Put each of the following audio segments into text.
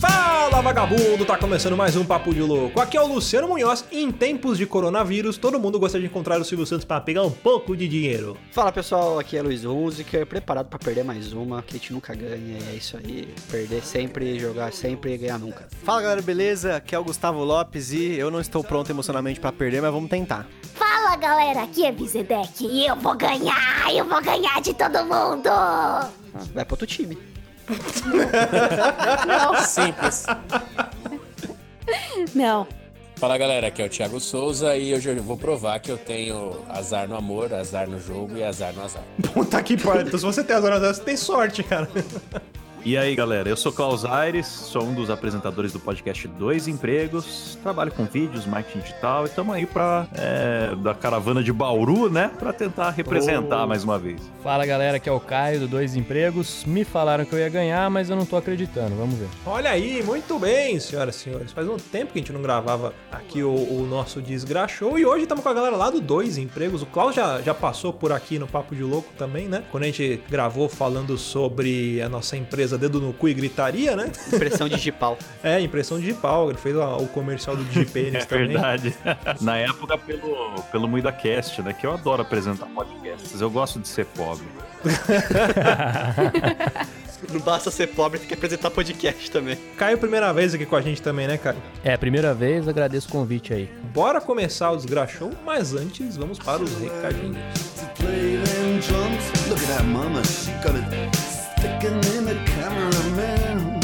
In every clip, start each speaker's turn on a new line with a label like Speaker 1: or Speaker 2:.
Speaker 1: Fala vagabundo, tá começando mais um Papo de Louco. Aqui é o Luciano Munhoz e em tempos de coronavírus, todo mundo gosta de encontrar o Silvio Santos pra pegar um pouco de dinheiro.
Speaker 2: Fala pessoal, aqui é Luiz Hunziker, preparado pra perder mais uma, que a gente nunca ganha, e é isso aí. Perder sempre, jogar sempre e ganhar nunca.
Speaker 3: Fala galera, beleza? Aqui é o Gustavo Lopes e eu não estou pronto emocionalmente pra perder, mas vamos tentar.
Speaker 4: Fala galera, aqui é Vizedec e eu vou ganhar, eu vou ganhar de todo mundo!
Speaker 2: Vai pro outro time.
Speaker 5: Simples.
Speaker 6: Não.
Speaker 5: Fala galera, aqui é o Thiago Souza e hoje eu vou provar que eu tenho azar no amor, azar no jogo e azar no azar.
Speaker 1: Puta que pariu, então se você tem as horas dessas, você tem sorte, cara.
Speaker 7: E aí, galera, eu sou Klaus Aires, sou um dos apresentadores do podcast Dois Empregos, trabalho com vídeos, marketing digital e tamo aí pra, é, da caravana de Bauru, né, pra tentar representar mais uma vez.
Speaker 8: Fala galera, aqui é o Caio do Dois Empregos. Me falaram que eu ia ganhar, mas eu não tô acreditando. Vamos ver.
Speaker 1: Olha aí, muito bem, senhoras e senhores. Faz um tempo que a gente não gravava aqui o, o nosso Desgraxou e hoje estamos com a galera lá do Dois Empregos. O Klaus já, já passou por aqui no Papo de Louco também, né? Quando a gente gravou falando sobre a nossa empresa Dedo no Cu e Gritaria, né?
Speaker 2: Impressão digital.
Speaker 1: É, impressão digital. Ele fez a- o comercial do DigiPênis
Speaker 7: É
Speaker 1: também.
Speaker 7: verdade. Na época, pelo, pelo MuidaCast, né, que eu adoro apresentar podcasts, eu gosto de ser pobre.
Speaker 2: Não basta ser pobre, tem que apresentar podcast também.
Speaker 1: Caio, primeira vez aqui com a gente também, né, Caio?
Speaker 8: É, primeira vez, agradeço o convite aí.
Speaker 1: Bora começar o Desgraxou, mas antes vamos para os recadinhos.
Speaker 9: Look at that mama, she got it sticking in the cameraman.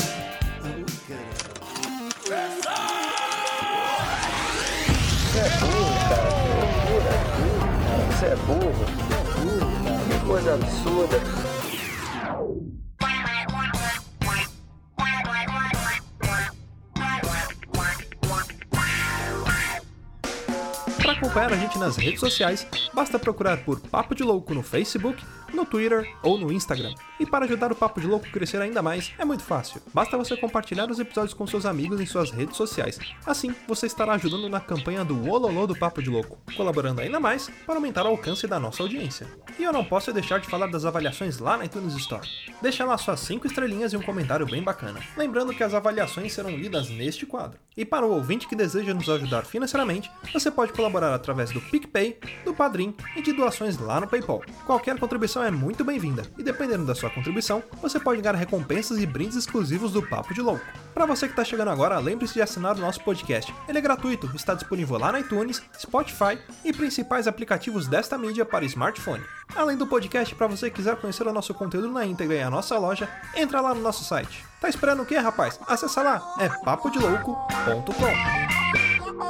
Speaker 1: Para acompanhar a gente nas redes sociais, basta procurar por Papo de Louco no Facebook, no Twitter ou no Instagram. E para ajudar o Papo de Louco a crescer ainda mais, é muito fácil. Basta você compartilhar os episódios com seus amigos em suas redes sociais. Assim, você estará ajudando na campanha do Ololô do Papo de Louco, colaborando ainda mais para aumentar o alcance da nossa audiência. E eu não posso deixar de falar das avaliações lá na iTunes Store. Deixa lá suas 5 estrelinhas e um comentário bem bacana. Lembrando que as avaliações serão lidas neste quadro. E para o ouvinte que deseja nos ajudar financeiramente, você pode colaborar através do PicPay, do Padrim e de doações lá no PayPal. Qualquer contribuição é muito bem-vinda, e dependendo da sua contribuição, você pode ganhar recompensas e brindes exclusivos do Papo de Louco. Para você que está chegando agora, lembre-se de assinar o nosso podcast. Ele é gratuito, está disponível lá na iTunes, Spotify e principais aplicativos desta mídia para smartphone. Além do podcast, para você que quiser conhecer o nosso conteúdo na íntegra e a nossa loja, entra lá no nosso site. Tá esperando o quê, rapaz? Acessa lá, é papodelouco.com.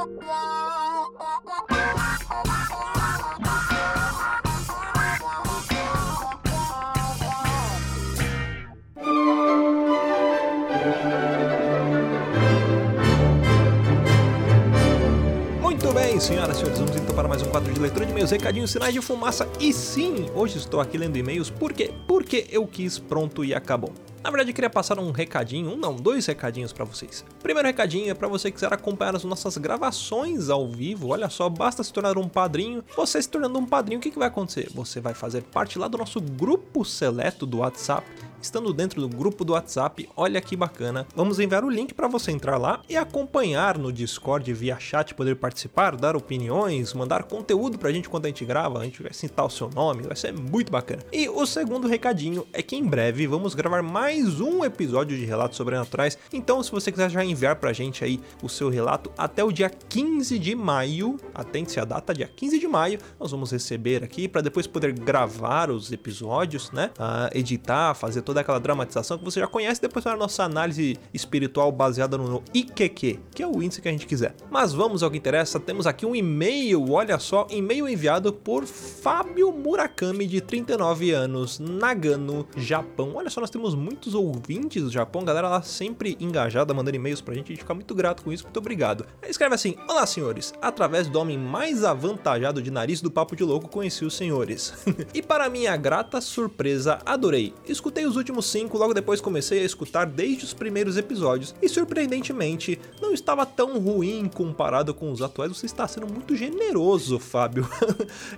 Speaker 1: Muito bem, senhoras e senhores, vamos então para mais um quadro de leitura de e-mails, recadinhos, sinais de fumaça. E sim, hoje estou aqui lendo e-mails, por quê? Porque eu quis, pronto e acabou. Na verdade, eu queria passar um recadinho, um não, dois recadinhos para vocês. Primeiro recadinho é para você que quiser acompanhar as nossas gravações ao vivo. Olha só, basta se tornar um padrinho. Você se tornando um padrinho, o que, que vai acontecer? Você vai fazer parte lá do nosso grupo seleto do WhatsApp estando dentro do grupo do WhatsApp. Olha que bacana. Vamos enviar o link para você entrar lá e acompanhar no Discord via chat, poder participar, dar opiniões, mandar conteúdo pra gente quando a gente grava, a gente vai citar o seu nome, vai ser muito bacana. E o segundo recadinho é que em breve vamos gravar mais um episódio de Relatos Sobrenaturais. Então, se você quiser já enviar pra gente aí o seu relato até o dia 15 de maio, atente-se à data, dia 15 de maio, nós vamos receber aqui para depois poder gravar os episódios, né? Ah, editar, fazer toda aquela dramatização que você já conhece, depois para a nossa análise espiritual baseada no IQQ, que é o índice que a gente quiser. Mas vamos ao que interessa, temos aqui um e-mail, olha só, e-mail enviado por Fábio Murakami, de 39 anos, Nagano, Japão. Olha só, nós temos muito muitos ouvintes do Japão, galera lá sempre engajada, mandando e-mails pra gente, a gente fica muito grato com isso, muito obrigado. Aí escreve assim: Olá, senhores, através do homem mais avantajado de nariz do Papo de Louco, conheci os senhores. e para minha grata surpresa, adorei. Escutei os últimos cinco, logo depois comecei a escutar desde os primeiros episódios, e surpreendentemente, não estava tão ruim comparado com os atuais. Você está sendo muito generoso, Fábio.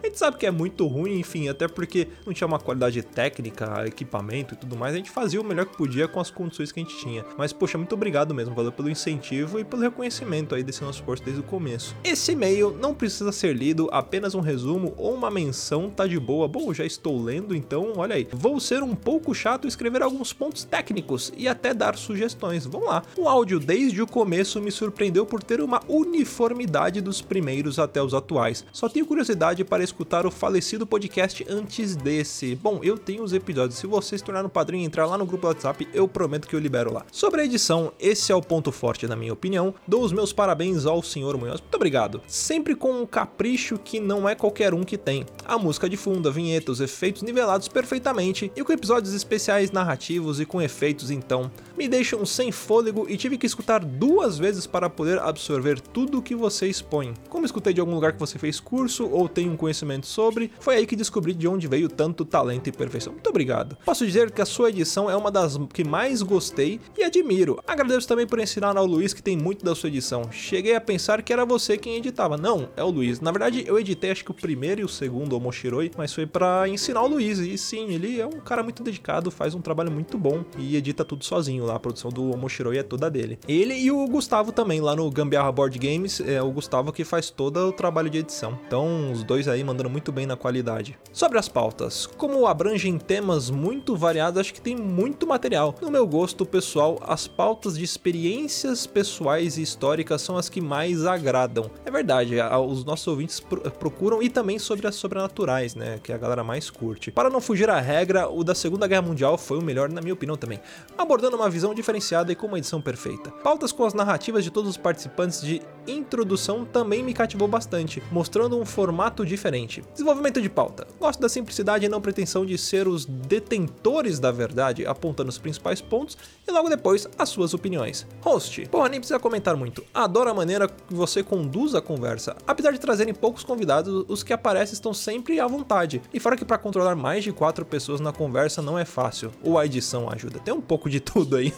Speaker 1: a gente sabe que é muito ruim, enfim, até porque não tinha uma qualidade técnica, equipamento e tudo mais. A gente fazia o melhor que podia com as condições que a gente tinha. Mas, poxa, muito obrigado mesmo, valeu pelo incentivo e pelo reconhecimento aí desse nosso esforço desde o começo. Esse e-mail não precisa ser lido, apenas um resumo ou uma menção tá de boa. Bom, já estou lendo, então olha aí. Vou ser um pouco chato e escrever alguns pontos técnicos e até dar sugestões. Vamos lá. O áudio desde o começo me surpreendeu por ter uma uniformidade dos primeiros até os atuais. Só tenho curiosidade para escutar o falecido podcast antes desse. Bom, eu tenho os episódios. Se você se tornar um padrinho e entrar lá no grupo do WhatsApp, eu prometo que eu libero lá. Sobre a edição, esse é o ponto forte na minha opinião. Dou os meus parabéns ao senhor Munhoz. Muito obrigado. Sempre com um capricho que não é qualquer um que tem. A música de fundo, a vinheta, os efeitos nivelados perfeitamente e com episódios especiais narrativos e com efeitos então. Me deixam sem fôlego e tive que escutar duas vezes para poder absorver tudo o que você expõe. Como escutei de algum lugar que você fez curso ou tem um conhecimento sobre, foi aí que descobri de onde veio tanto talento e perfeição. Muito obrigado. Posso dizer que a sua edição é uma das que mais gostei e admiro. Agradeço também por ensinar ao Luiz que tem muito da sua edição. Cheguei a pensar que era você quem editava. Não, é o Luiz. Na verdade, eu editei acho que o primeiro e o segundo, o Moshiroi, mas foi para ensinar o Luiz. E sim, ele é um cara muito dedicado, faz um trabalho muito bom e edita tudo sozinho lá. A produção do Moshiroi é toda dele. Ele e o Gustavo também, lá no Gambiarra Board Games, é o Gustavo que faz todo o trabalho de edição. Então, os dois aí mandando muito bem na qualidade. Sobre as pautas, como abrangem temas muito variados, acho que tem muito material. No meu gosto pessoal, as pautas de experiências pessoais e históricas são as que mais agradam. É verdade, a- os nossos ouvintes pro- procuram e também sobre as sobrenaturais, né? Que a galera mais curte. Para não fugir à regra, o da Segunda Guerra Mundial foi o melhor, na minha opinião, também. Abordando uma visão diferenciada e com uma edição perfeita. Pautas com as narrativas de todos os participantes de introdução também me cativou bastante, mostrando um formato diferente. Desenvolvimento de pauta. Gosto da simplicidade e não pretensão de ser os detentores da verdade, apontando os principais pontos e logo depois as suas opiniões. Host. Porra, nem precisa comentar muito. Adoro a maneira que você conduz a conversa. Apesar de trazerem poucos convidados, os que aparecem estão sempre à vontade. E fora que para controlar mais de quatro pessoas na conversa não é fácil. Ou a edição ajuda. Tem um pouco de tudo aí.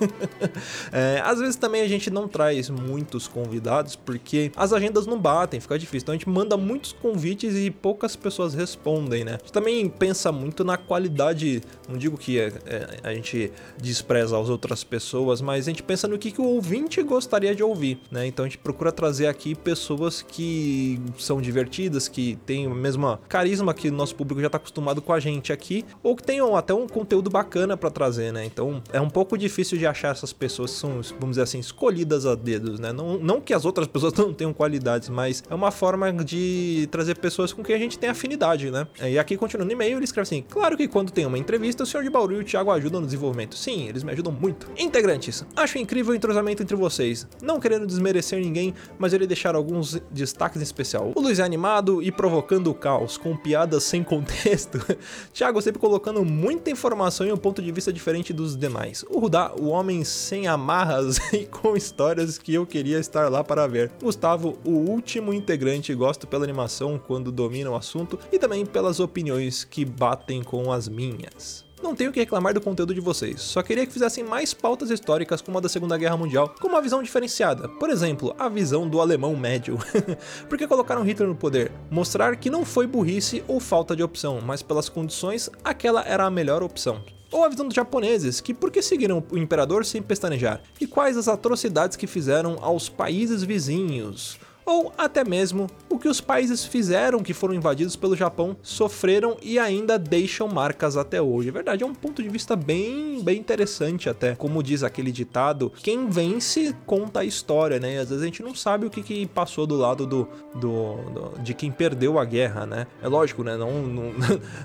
Speaker 1: É, às vezes também a gente não traz muitos convidados porque as agendas não batem, fica difícil. Então a gente manda muitos convites e poucas pessoas respondem, né? A gente também pensa muito na qualidade. Não digo que é, é, a gente despreza as outras pessoas, mas a gente pensa no que, que o ouvinte gostaria de ouvir, né? Então a gente procura trazer aqui pessoas que são divertidas, que têm o mesmo carisma que o nosso público já tá acostumado com a gente aqui, ou que tenham até um conteúdo bacana pra trazer, né? Então é um pouco difícil de achar essas pessoas que são, vamos dizer assim, escolhidas a dedos, né? Não, não que as outras pessoas não tenham qualidades, mas é uma forma de trazer pessoas com quem a gente tem afinidade, né? E aqui, continuando o e-mail, ele escreve assim: Claro que quando tem uma entrevista, o senhor de Bauru e o Thiago ajudam no desenvolvimento. Sim, eles me ajudam muito. Integrantes, acho incrível o entrosamento entre vocês. Não querendo desmerecer ninguém, mas ele deixar alguns destaques em especial. O Luiz é animado e provocando o caos, com piadas sem contexto. Thiago sempre colocando muita informação e um ponto de vista diferente dos demais. O Rudá, o homem sem amarras e com histórias que eu queria estar lá para ver. Gustavo, o último integrante, gosto pela animação quando domina o assunto e também pelas opiniões que batem com as minhas. Não tenho o que reclamar do conteúdo de vocês, só queria que fizessem mais pautas históricas como a da Segunda Guerra Mundial, com uma visão diferenciada. Por exemplo, a visão do alemão médio. Porque colocaram Hitler no poder? Mostrar que não foi burrice ou falta de opção, mas pelas condições, aquela era a melhor opção. Ou a visão dos japoneses, que por que seguiram o imperador sem pestanejar? E quais as atrocidades que fizeram aos países vizinhos? ou até mesmo o que os países fizeram que foram invadidos pelo Japão, sofreram e ainda deixam marcas até hoje. É verdade, é um ponto de vista bem, bem interessante até. Como diz aquele ditado, quem vence conta a história, né? E às vezes a gente não sabe o que, que passou do lado do, do, do- de quem perdeu a guerra, né? É lógico, né? Não, não,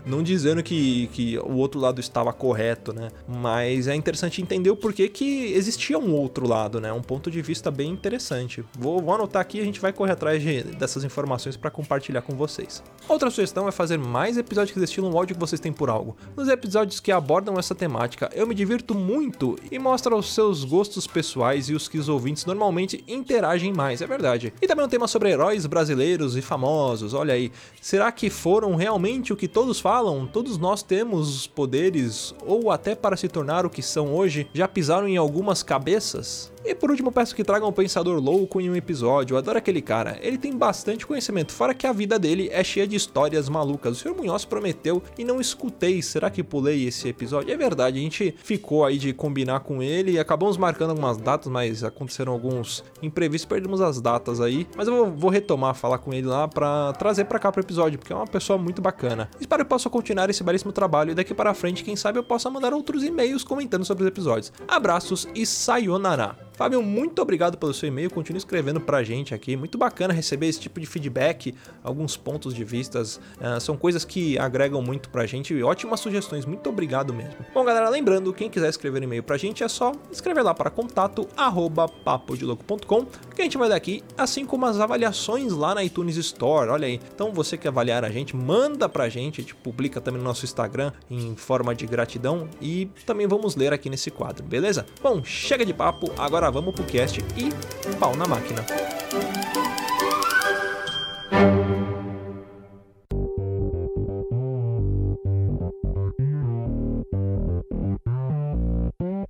Speaker 1: não dizendo que, que o outro lado estava correto, né? Mas é interessante entender o porquê que existia um outro lado, né? Um ponto de vista bem interessante. Vou, vou anotar aqui e a gente vai vai correr atrás de- dessas informações para compartilhar com vocês. Outra sugestão é fazer mais episódios que destilam o ódio que vocês têm por algo. Nos episódios que abordam essa temática, eu me divirto muito e mostra os seus gostos pessoais e os que os ouvintes normalmente interagem mais, é verdade. E também um tema sobre heróis brasileiros e famosos, olha aí. Será que foram realmente o que todos falam? Todos nós temos poderes, ou até para se tornar o que são hoje, já pisaram em algumas cabeças? E por último, peço que tragam um pensador louco em um episódio. Eu adoro aquele cara. Ele tem bastante conhecimento, fora que a vida dele é cheia de histórias malucas. O Sr. Munhoz prometeu e não escutei. Será que pulei esse episódio? É verdade, a gente ficou aí de combinar com ele e acabamos marcando algumas datas, mas aconteceram alguns imprevistos, perdemos as datas aí. Mas eu vou- vou retomar, falar com ele lá pra trazer pra cá pro episódio, porque é uma pessoa muito bacana. Espero que possa continuar esse belíssimo trabalho e daqui para frente, quem sabe eu possa mandar outros e-mails comentando sobre os episódios. Abraços e sayonara! Fábio, muito obrigado pelo seu e-mail. Continue escrevendo pra gente aqui. Muito bacana receber esse tipo de feedback, alguns pontos de vistas. ah, são coisas que agregam muito pra gente e ótimas sugestões. Muito obrigado mesmo. Bom, galera, lembrando, quem quiser escrever e-mail pra gente é só escrever lá para contato arroba papodelouco.com que a gente vai daqui, assim como as avaliações lá na iTunes Store. Olha aí. Então você que avaliar a gente, manda pra gente. A gente publica também no nosso Instagram em forma de gratidão e também vamos ler aqui nesse quadro, beleza? Bom, chega de papo, agora vamos pro cast e pau na máquina.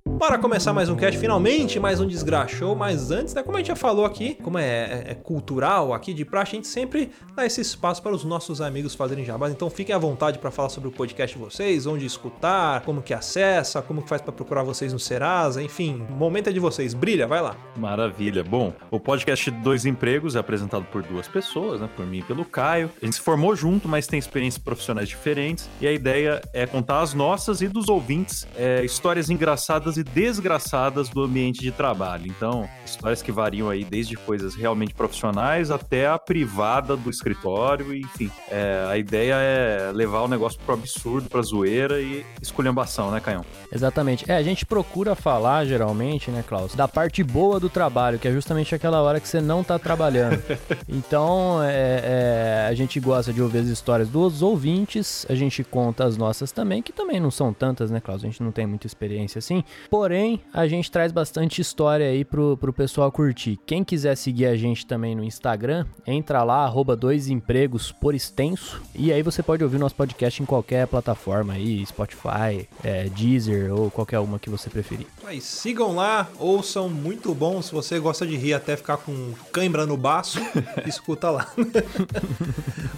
Speaker 1: Bora começar mais um cast, finalmente mais um Desgraxou, mas antes, né, como a gente já falou aqui, como é, é cultural aqui de praxe, a gente sempre dá esse espaço para os nossos amigos fazerem jabás, então fiquem à vontade para falar sobre o podcast de vocês, onde escutar, como que acessa, como que faz para procurar vocês no Serasa, enfim, o momento é de vocês, brilha, vai lá.
Speaker 7: Maravilha. Bom, o podcast Dois Empregos é apresentado por duas pessoas, né? Por mim e pelo Caio. A gente se formou junto, mas tem experiências profissionais diferentes. E a ideia é contar as nossas e dos ouvintes é, histórias engraçadas e desgraçadas do ambiente de trabalho. Então, histórias que variam aí desde coisas realmente profissionais até a privada do escritório, enfim. É, a ideia é levar o negócio pro absurdo, pra zoeira e esculhambação, né, Caio?
Speaker 8: Exatamente. É, a gente procura falar, geralmente, né, Klaus, da parte boa do trabalho, que é justamente aquela hora que você não tá trabalhando. então, é, é, a gente gosta de ouvir as histórias dos ouvintes, a gente conta as nossas também, que também não são tantas, né, Klaus? A gente não tem muita experiência assim. Porém, a gente traz bastante história aí pro, pro pessoal curtir. Quem quiser seguir a gente também no Instagram, entra lá, arroba dois empregos por extenso, e aí você pode ouvir nosso podcast em qualquer plataforma aí, Spotify, é, Deezer ou qualquer uma que você preferir.
Speaker 1: Aí, Então é sigam lá, ouçam, muito bom, se você gosta de rir até ficar com cãibra no baço, escuta lá.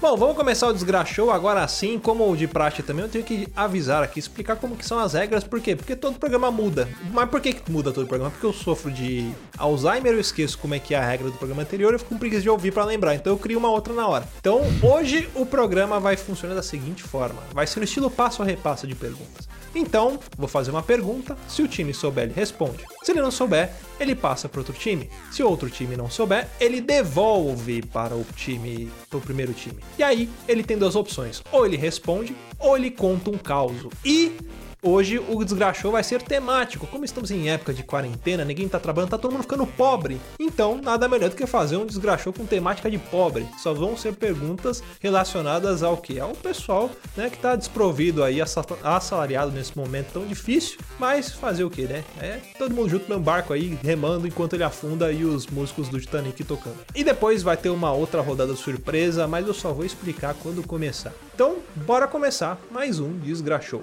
Speaker 1: Bom, vamos começar o Desgraxou agora sim, como o de praxe também, eu tenho que avisar aqui, explicar como que são as regras, por quê? Porque todo programa muda. Mas por que que muda todo programa? Porque eu sofro de Alzheimer, eu esqueço como é que é a regra do programa anterior, eu fico com preguiça de ouvir pra lembrar, então eu crio uma outra na hora. Então, hoje o programa vai funcionar da seguinte forma, vai ser no estilo passo a repassa de perguntas. Então, vou fazer uma pergunta, se o time souber, ele responde. Se ele não souber, ele passa para outro time. Se outro time não souber, ele devolve para o time, para o primeiro time. E aí, ele tem duas opções: ou ele responde, ou ele conta um caos. E hoje o desgraxou vai ser temático. Como estamos em época de quarentena, ninguém tá trabalhando, tá todo mundo ficando pobre. Então, nada melhor do que fazer um desgraxou com temática de pobre. Só vão ser perguntas relacionadas ao que? Ao pessoal, né, que tá desprovido aí, assa- assalariado nesse momento tão difícil, mas fazer o que, né? É todo mundo junto no mesmo barco aí, remando enquanto ele afunda e os músicos do Titanic tocando. E depois vai ter uma outra rodada surpresa, mas eu só vou explicar quando começar. Então, bora começar mais um Desgraxou.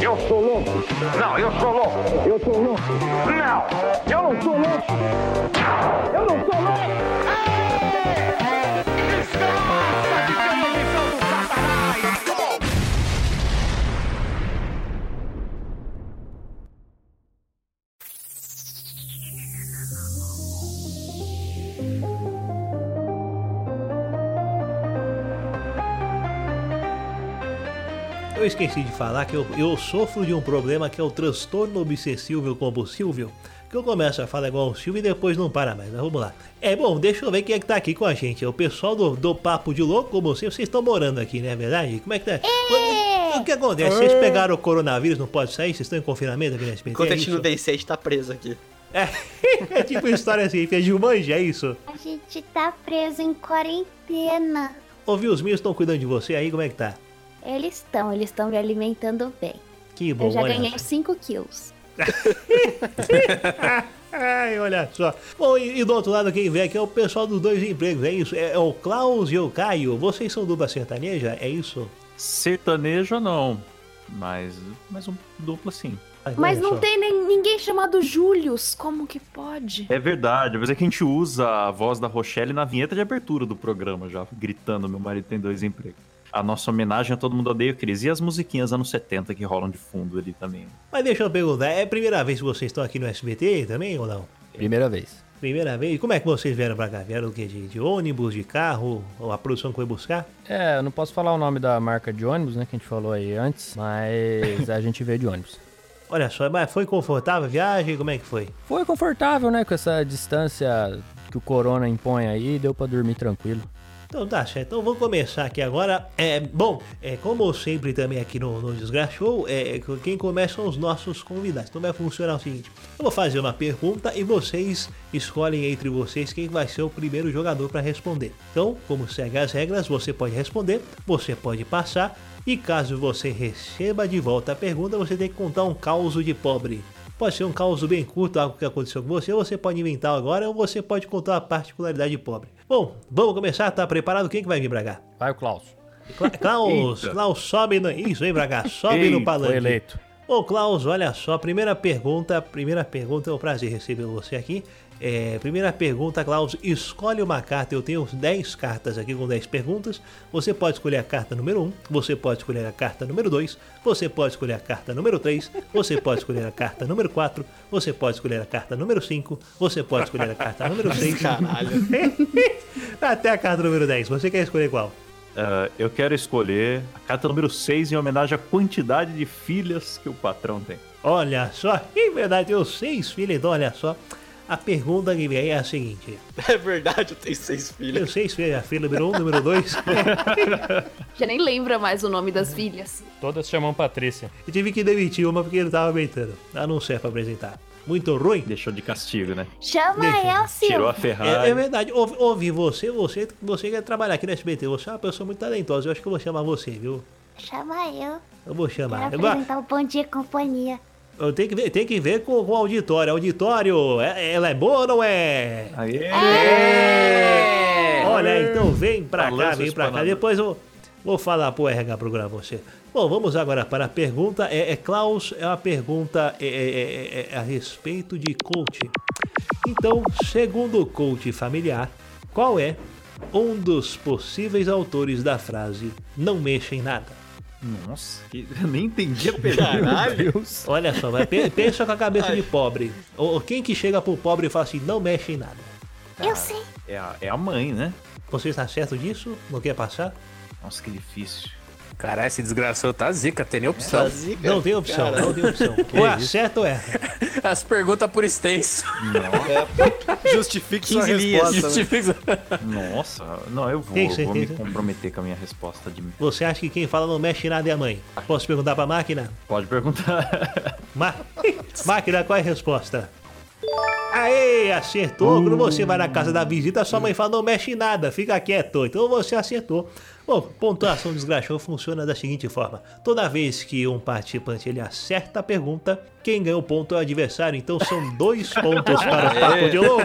Speaker 6: Eu sou louco. Não, eu sou louco. Eu sou louco. Não, eu não sou louco. Eu não sou louco. Ei! Desgraça de televisão do Satanás. Oh!
Speaker 10: Eu esqueci de falar que eu, eu sofro de um problema que é o transtorno obsessivo compulsivo, que eu começo a falar igual um Silvio e depois não para mais, mas vamos lá. É bom, deixa eu ver quem é que tá aqui com a gente. É o pessoal do, do Papo de Louco, como vocês, vocês estão morando aqui, né? Verdade? Como é que tá? O, o que acontece? Vocês pegaram o coronavírus, não pode sair? Vocês estão em confinamento aqui na SBT?
Speaker 2: Enquanto
Speaker 10: É
Speaker 2: a gente
Speaker 10: isso?
Speaker 2: não vencer, a gente tá preso aqui.
Speaker 10: É, é tipo história assim, fez de manja, é isso.
Speaker 4: A gente tá preso em quarentena.
Speaker 10: Ouvi os meus estão cuidando de você aí, como é que tá?
Speaker 4: Eles estão, eles estão me alimentando bem.
Speaker 10: Que bom,
Speaker 4: Eu já
Speaker 10: olha.
Speaker 4: ganhei 5 quilos.
Speaker 10: Ai, olha só. Bom, e, e do outro lado quem vem aqui é o pessoal dos dois empregos, é isso? É, é o Klaus e o Caio. Vocês são dupla sertaneja, é isso?
Speaker 7: Sertanejo não, mas, mas um duplo sim.
Speaker 10: Ai,
Speaker 11: Mas
Speaker 10: olha
Speaker 11: não
Speaker 10: só.
Speaker 11: tem nem, ninguém chamado Július. Como que pode?
Speaker 7: É verdade, mas é que a gente usa a voz da Rochelle na vinheta de abertura do programa já, gritando meu marido tem dois empregos. A nossa homenagem a Todo Mundo Odeia o Cris e as musiquinhas anos 70 que rolam de fundo ali também.
Speaker 10: Mas deixa eu perguntar, é a primeira vez que vocês estão aqui no SBT também ou não?
Speaker 8: Primeira vez.
Speaker 10: Primeira vez? Como é que vocês vieram pra cá? Vieram o quê? De, de ônibus, de carro? Ou a produção que foi buscar?
Speaker 8: É, eu não posso falar o nome da marca de ônibus, né, que a gente falou aí antes, mas a gente veio de ônibus.
Speaker 10: Olha só, mas foi confortável a viagem? Como é que foi?
Speaker 8: Foi confortável, né, com essa distância que o corona impõe aí, deu pra dormir tranquilo.
Speaker 10: Então tá certo, então vamos começar aqui agora. É, bom, é, como sempre também aqui no, no Desgraça Show, é, quem começa são os nossos convidados. Então vai funcionar o seguinte: eu vou fazer uma pergunta e vocês escolhem entre vocês quem vai ser o primeiro jogador para responder. Então, como segue as regras, você pode responder, você pode passar, e caso você receba de volta a pergunta, você tem que contar um caos de pobre. Pode ser um caos bem curto, algo que aconteceu com você, ou você pode inventar agora, ou você pode contar uma particularidade pobre. Bom, vamos começar, tá preparado? Quem que vai vir pra cá?
Speaker 8: Vai o Klaus.
Speaker 10: Cla- Klaus,
Speaker 8: Eita.
Speaker 10: Klaus, sobe no... Isso, vem pra cá, sobe no
Speaker 8: Ei,
Speaker 10: palanque.
Speaker 8: Foi eleito.
Speaker 10: Ô Klaus, olha só, primeira pergunta, primeira pergunta, é um prazer receber você aqui. É, primeira pergunta, Klaus, escolhe uma carta, eu tenho 10 cartas aqui com 10 perguntas. Você pode escolher a carta número 1, você pode escolher a carta número 2, você pode escolher a carta número 3, você pode escolher a carta número 4, você pode escolher a carta número 5, você pode escolher a carta número 6.
Speaker 2: Caralho.
Speaker 10: Até a carta número 10, você quer escolher qual?
Speaker 7: Ah, eu quero escolher a carta número 6 em homenagem à quantidade de filhas que o patrão tem.
Speaker 10: Olha só, em verdade eu seis filhos, então olha só. A pergunta que vem aí é a seguinte:
Speaker 2: É verdade, eu tenho seis
Speaker 10: eu
Speaker 2: filhos.
Speaker 10: seis filhos, a filha número um, número dois.
Speaker 11: Já nem lembra mais o nome
Speaker 2: É.
Speaker 11: das filhas.
Speaker 8: Todas chamam Patrícia.
Speaker 10: Eu tive que demitir uma porque ele tava aumentando. Ela não serve pra apresentar. Muito ruim.
Speaker 7: Deixou de castigo, né?
Speaker 4: Chama
Speaker 10: Deixa.
Speaker 4: Elcio.
Speaker 7: Tirou a
Speaker 10: É,
Speaker 7: Ferrari.
Speaker 10: é verdade, ouve, ouve você, você, você quer trabalhar aqui na SBT, você é uma pessoa muito talentosa, eu acho que eu vou chamar você, viu?
Speaker 4: Chama eu.
Speaker 10: Eu vou chamar.
Speaker 4: Quero
Speaker 10: Agora,
Speaker 4: apresentar o Bom Dia Companhia.
Speaker 10: eu tenho que ver, tem que ver com, com o auditório. Auditório, é- ela é boa ou não é?
Speaker 7: Aê!
Speaker 10: Olha, então vem pra
Speaker 7: Balança
Speaker 10: cá, vem
Speaker 7: os
Speaker 10: pra cá.
Speaker 7: panamas.
Speaker 10: Depois eu vou falar pro RH procurar você. Bom, vamos agora para a pergunta. É, é, Klaus, é uma pergunta é, é, é, é, a respeito de coach. Então, segundo o coach familiar, qual é um dos possíveis autores da frase não mexa em nada?
Speaker 7: Nossa, que- eu nem entendi a pergunta.
Speaker 2: Caralho.
Speaker 10: Olha só, vai, pe- pensa com a cabeça de pobre. Ou quem que chega pro pobre e fala assim, não mexa em nada. Ah.
Speaker 4: Eu sei.
Speaker 7: É a, é a mãe, né?
Speaker 10: Você está certo disso? Não quer passar?
Speaker 7: Nossa, que difícil.
Speaker 5: Caralho, esse desgraçado tá zica, tem nem opção.
Speaker 2: Fazia,
Speaker 3: É,
Speaker 10: Não tem opção,
Speaker 2: cara.
Speaker 10: não tem opção. Ou acerta ou erra.
Speaker 5: As perguntas por extenso.
Speaker 3: Justifique sua
Speaker 5: 15 linhas.
Speaker 3: resposta. né?
Speaker 5: Justifica.
Speaker 7: Nossa, não, eu vou,
Speaker 10: Tem
Speaker 7: eu vou me
Speaker 10: certeza?
Speaker 7: comprometer com a minha resposta de
Speaker 10: Você acha que quem fala não mexe em nada é a mãe? Posso perguntar pra máquina?
Speaker 7: Pode perguntar.
Speaker 10: Ma- máquina, qual é a resposta? Aê,
Speaker 2: Uh.
Speaker 10: acertou. Quando você vai na casa da visita, sua mãe fala não mexe em nada, fica quieto. Então você acertou. Bom, pontuação desgraçou funciona da seguinte forma: toda vez que um participante ele acerta a pergunta, quem ganha o ponto é o adversário. Então são dois pontos para o papo de louco.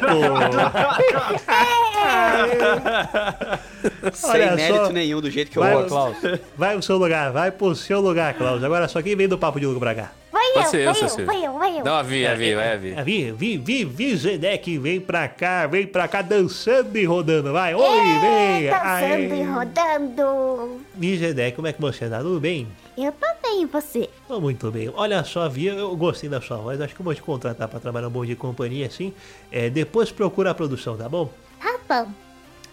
Speaker 2: Sem
Speaker 10: Olha
Speaker 2: mérito
Speaker 10: só.
Speaker 2: nenhum do jeito que eu
Speaker 10: Vai,
Speaker 2: gosto.
Speaker 10: Klaus. vai pro seu lugar, vai pro seu lugar, Klaus. Agora só quem vem do papo de louco pra cá.
Speaker 4: Vai eu,
Speaker 5: Pode ser eu,
Speaker 4: vai
Speaker 5: seu
Speaker 4: eu,
Speaker 5: Ciro.
Speaker 4: vai eu, vai eu.
Speaker 5: Não, a Vi, a Vi, vai, a Vi.
Speaker 10: É, Vi, Vi, Vi, Vi Zedek, vem pra cá, vem pra cá dançando e rodando, vai, oi, vem!
Speaker 4: Dançando
Speaker 10: aê.
Speaker 4: tá e rodando.
Speaker 10: Vi Zedek, como é que você tá? Tudo bem?
Speaker 4: Eu também, e você.
Speaker 10: Tô muito bem. Olha só, Vi, eu gostei da sua voz, acho que eu vou te contratar pra trabalhar um bom de companhia, assim. É, depois procura a produção, tá bom?
Speaker 4: Tá bom.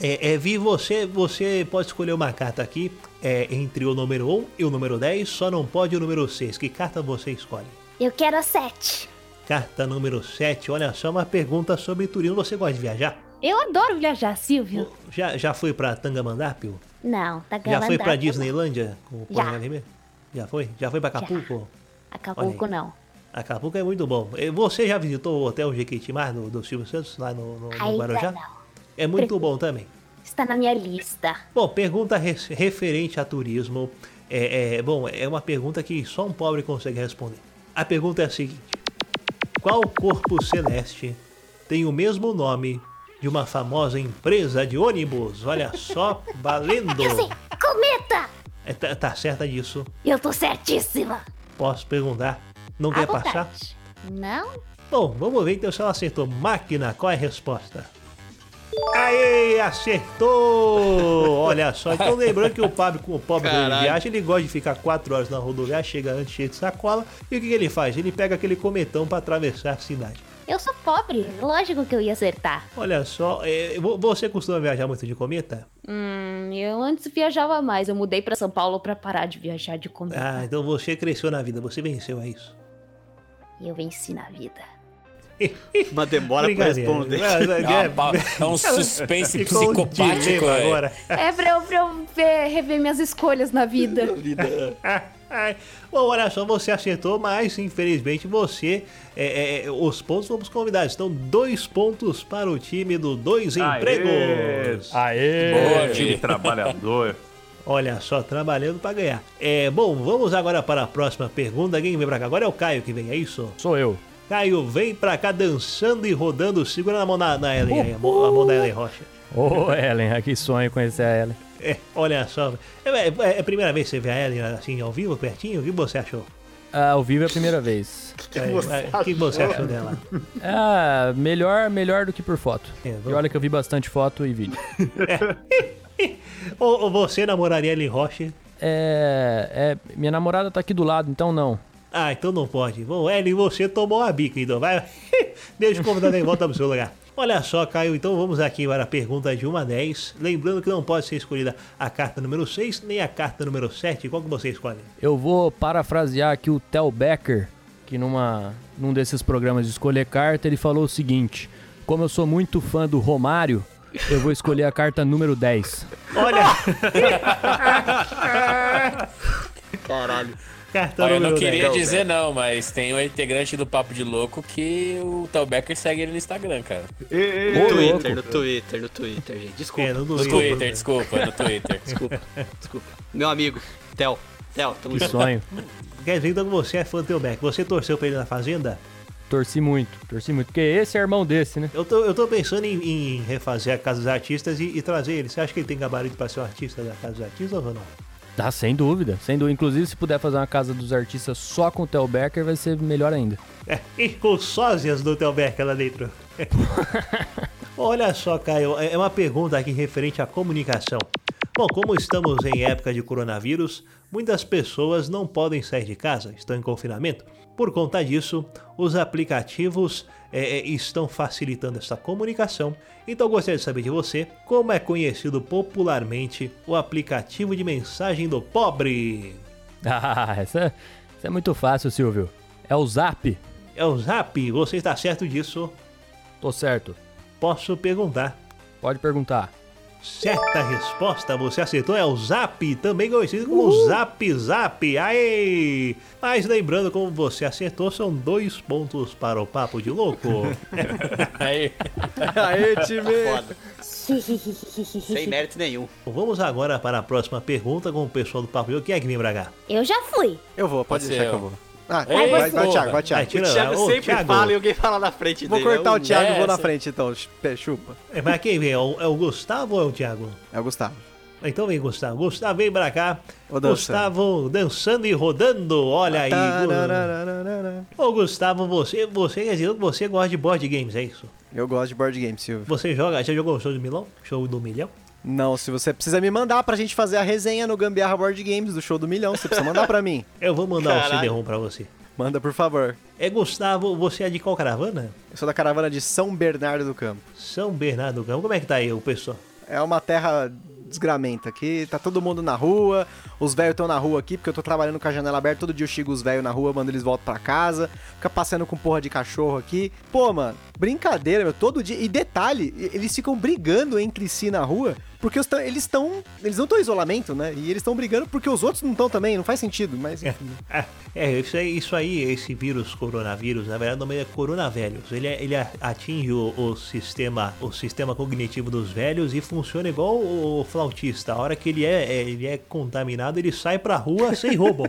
Speaker 10: É, é, Vi, você, você pode escolher uma carta aqui, é, entre o número 1 e o número 10, só não pode o número 6. Que carta você escolhe?
Speaker 4: Eu quero a sete.
Speaker 10: Carta número 7, olha só, uma pergunta sobre turismo. Você gosta de viajar?
Speaker 11: Eu adoro viajar, Silvio.
Speaker 10: Já, já foi pra Tangamandapio?
Speaker 4: Não, tá
Speaker 10: Já
Speaker 4: galando.
Speaker 10: foi pra Disneylândia com o
Speaker 4: Já.
Speaker 10: Pônei Vermelho? Já foi? Já foi pra Acapulco?
Speaker 4: Acapulco
Speaker 10: Olha
Speaker 4: não.
Speaker 10: Acapulco é muito bom. Eh, Você já visitou o Hotel Jequitimar do, do Silvio Santos, lá no, no, no
Speaker 4: Ainda
Speaker 10: Guarujá?
Speaker 4: não.
Speaker 10: É muito bom também.
Speaker 4: Está na minha lista.
Speaker 10: Bom, pergunta res- referente a turismo. É, é- bom, é uma pergunta que só um pobre consegue responder. A pergunta é a seguinte: Qual corpo celeste tem o mesmo nome de uma famosa empresa de ônibus? Olha só,
Speaker 4: Assim,
Speaker 10: valendo!
Speaker 4: Cometa!
Speaker 10: É, tá, tá certa disso?
Speaker 4: Eu tô certíssima.
Speaker 10: Posso perguntar? Não quer
Speaker 4: vontade.
Speaker 10: passar?
Speaker 4: Não?
Speaker 10: Bom, vamos ver então se ela acertou. Máquina, qual é a resposta? Aê, acertou! Olha só, então lembrando que o Pablo, com o pobre
Speaker 12: Caralho.
Speaker 10: de viagem, ele gosta de ficar quatro horas na rodoviária, chega antes cheio de sacola, e o que, que ele faz? Ele pega aquele cometão pra atravessar a cidade.
Speaker 4: Eu sou pobre, lógico que eu ia acertar.
Speaker 10: Olha só, é, vo- você costuma viajar muito de cometa?
Speaker 11: Hum, eu antes viajava mais. Eu mudei pra São Paulo pra parar de viajar de comida.
Speaker 10: Ah, então você cresceu na vida, você venceu, é isso.
Speaker 4: E eu venci na vida.
Speaker 2: Uma demora pra
Speaker 10: Brincadeira.
Speaker 2: responder.
Speaker 10: É,
Speaker 5: É um suspense
Speaker 10: Ficou um
Speaker 5: psicopático.
Speaker 10: dilema
Speaker 5: é.
Speaker 10: agora.
Speaker 11: É pra eu, pra eu ver- rever minhas escolhas na vida.
Speaker 10: Ai, Bom, olha só, você acertou, mas infelizmente você. é, é, os pontos vamos convidar. Estão Então, dois pontos para o time do Dois Empregos.
Speaker 8: Ah. Aê!
Speaker 2: É,
Speaker 7: Boa, time trabalhador.
Speaker 10: Olha só, trabalhando para ganhar. É, bom, vamos agora para a próxima pergunta. Quem vem pra cá? Agora é o Caio que vem, é isso?
Speaker 8: Sou eu.
Speaker 10: Caio, vem pra cá dançando e rodando. Segura na mão da na Ellen aí, a mão, a mão da Ellen Rocha.
Speaker 8: Ô, Ellen, ah, que sonho conhecer a Ellen.
Speaker 10: É, olha só. É, é, é a primeira vez que você vê a Ellen assim ao vivo, pertinho? O que você achou?
Speaker 8: Ah, ao vivo é a primeira vez.
Speaker 10: Caio,
Speaker 8: você
Speaker 10: é, O que você achou dela?
Speaker 8: Ah, melhor, melhor do que por foto.
Speaker 10: vamos-
Speaker 8: E olha que eu vi bastante foto e vídeo.
Speaker 10: Ou, ou você namoraria Ellen Rocha?
Speaker 8: É, é, Minha namorada tá aqui do lado, então não.
Speaker 10: Ah, então não pode. Bom, Ellen, você tomou a bica, então vai. Deixa o convidado aí, volta pro seu lugar. Olha só, Caio, então vamos aqui para a pergunta de 1 a 10. Lembrando que não pode ser escolhida a carta número 6 nem a carta número 7. Qual que você escolhe?
Speaker 8: Eu vou parafrasear aqui o Tel Becker, que numa, num desses programas de escolher carta, ele falou o seguinte: Como eu sou muito fã do Romário, eu vou escolher a carta número 10.
Speaker 10: Olha!
Speaker 2: Caralho.
Speaker 10: Cartão
Speaker 5: Olha, eu não
Speaker 10: número
Speaker 5: queria
Speaker 10: 10.
Speaker 5: dizer não, mas tem um integrante do Papo de Louco que o Tal Becker segue ele no Instagram, cara.
Speaker 2: No Twitter, no Twitter, no Twitter, gente. Desculpa.
Speaker 10: É, no
Speaker 5: No
Speaker 2: desculpa.
Speaker 5: Twitter, desculpa, no Twitter.
Speaker 2: Desculpa, desculpa. Meu amigo, Theo. Theo, tamo
Speaker 8: Que
Speaker 2: junto.
Speaker 8: sonho.
Speaker 10: Quer dizer, então que você é fã do Teu Beck. Você torceu pra ele na Fazenda?
Speaker 8: Torci muito, torci muito. Porque esse é irmão desse, né?
Speaker 10: Eu tô, eu tô pensando em, em refazer a Casa dos Artistas e, e trazer ele. Você acha que ele tem gabarito pra ser um artista da Casa dos Artistas ou não?
Speaker 8: Ah, sem dúvida, sem dúvida. Inclusive, se puder fazer uma casa dos artistas só com o Tel Becker, vai ser melhor ainda.
Speaker 10: É, e com sósias do Telberca lá dentro. Olha só, Caio, é uma pergunta aqui referente à comunicação. Bom, como estamos em época de coronavírus, muitas pessoas não podem sair de casa, estão em confinamento. Por conta disso, os aplicativos eh, eh, estão facilitando essa comunicação. Então, eu gostaria de saber de você como é conhecido popularmente o aplicativo de mensagem do pobre.
Speaker 8: Ah, essa, essa é muito fácil, Silvio. É o Zap.
Speaker 10: É o Zap, você está certo disso?
Speaker 8: Tô certo.
Speaker 10: Posso perguntar?
Speaker 8: Pode perguntar.
Speaker 10: Certa resposta, você acertou, é o Zap, também conhecido como Zap Zap. Aê! Mas lembrando, como você acertou, são dois pontos para o Papo de Louco.
Speaker 5: Aí,
Speaker 3: Aê, time!
Speaker 2: Foda. Sem mérito nenhum.
Speaker 10: Vamos agora para a próxima pergunta com o pessoal do Papo de Louco. Quem é que vem pra cá?
Speaker 4: Eu já fui.
Speaker 3: Eu vou, pode
Speaker 5: Pode
Speaker 3: deixar
Speaker 5: ser
Speaker 10: é
Speaker 3: que eu
Speaker 5: eu.
Speaker 3: vou. Ah,
Speaker 5: Ei,
Speaker 3: vai, vai,
Speaker 5: porra.
Speaker 3: Thiago, vai,
Speaker 10: Vai,
Speaker 3: Thiago.
Speaker 2: O
Speaker 10: É, tira,
Speaker 2: Thiago
Speaker 10: ô,
Speaker 2: sempre
Speaker 10: Thiago.
Speaker 2: fala e alguém fala na frente
Speaker 3: Vou
Speaker 2: dele. é
Speaker 3: cortar
Speaker 2: um-
Speaker 3: o Thiago e vou na
Speaker 5: essa.
Speaker 3: frente então, Ch- chupa.
Speaker 10: É, Mas quem vem? É o, é o Gustavo ou é o Thiago?
Speaker 3: É o Gustavo.
Speaker 10: Então vem, Gustavo. Gustavo, vem pra cá.
Speaker 3: Ô, dançando.
Speaker 10: Gustavo dançando e rodando. Olha aí. Gu-
Speaker 3: Tarararararara.
Speaker 10: Ô, Gustavo, você, você quer dizer que você gosta de board games, é isso?
Speaker 3: Eu gosto de board game, Silvio.
Speaker 10: Você joga, já jogou o show do Milão? Show do Milhão?
Speaker 3: Não, se você precisa me mandar pra gente fazer a resenha no Gambiarra Board Games do show do milhão, você precisa mandar pra mim.
Speaker 10: Eu vou mandar o
Speaker 3: Caralho.
Speaker 10: CD-ROM pra você.
Speaker 3: Manda, por favor.
Speaker 10: É Gustavo, você é de qual caravana?
Speaker 3: Eu sou da caravana de São Bernardo do Campo.
Speaker 10: São Bernardo do Campo. Como é que tá aí o pessoal?
Speaker 3: É uma terra desgramento aqui, tá todo mundo na rua, os velhos estão na rua aqui, porque eu tô trabalhando com a janela aberta, todo dia eu xingo os velhos na rua, mando eles voltam pra casa, fica passeando com porra de cachorro aqui. Pô, mano, brincadeira, meu, todo dia. E detalhe, e- eles ficam brigando entre si na rua, porque os tão- eles estão. Eles não estão em isolamento, né? E eles estão brigando porque os outros não estão também, não faz sentido, mas enfim.
Speaker 10: É, é, isso aí, isso aí, esse vírus coronavírus, na verdade o nome é coronavírus. Ele, é- ele a- atinge o, o sistema, o sistema cognitivo dos velhos e funciona igual o, o flautista. A hora que ele é, é- ele é contaminado, ele sai pra rua sem roubo.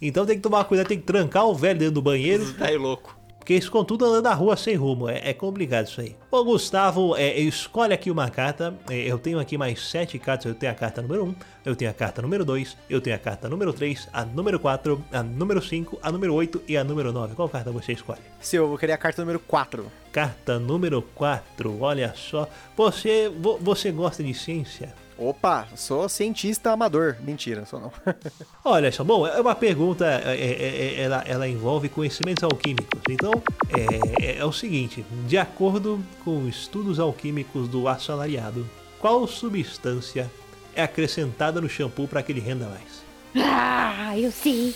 Speaker 10: Então tem que tomar cuidado, tem que trancar o velho dentro do banheiro.
Speaker 2: Tá louco.
Speaker 10: Porque isso com tudo andando na rua sem rumo, é, é complicado isso aí. Ô Gustavo, é, escolhe aqui uma carta. É, eu tenho aqui mais sete cartas. Eu tenho a carta número 1, um, eu tenho a carta número 2, eu tenho a carta número 3, a número 4, a número 5, a número 8 e a número 9. Qual carta você escolhe?
Speaker 3: Se eu vou querer a carta número 4.
Speaker 10: Carta número 4, olha só. Você, vo- você gosta de ciência?
Speaker 3: Opa, sou cientista amador. Mentira, sou não.
Speaker 10: Olha só, bom, é uma pergunta, é, é, é, ela, ela envolve conhecimentos alquímicos. Então, é, é- é o seguinte: de acordo com estudos alquímicos do assalariado, qual substância é acrescentada no shampoo para que ele renda mais?
Speaker 4: Ah, eu sei.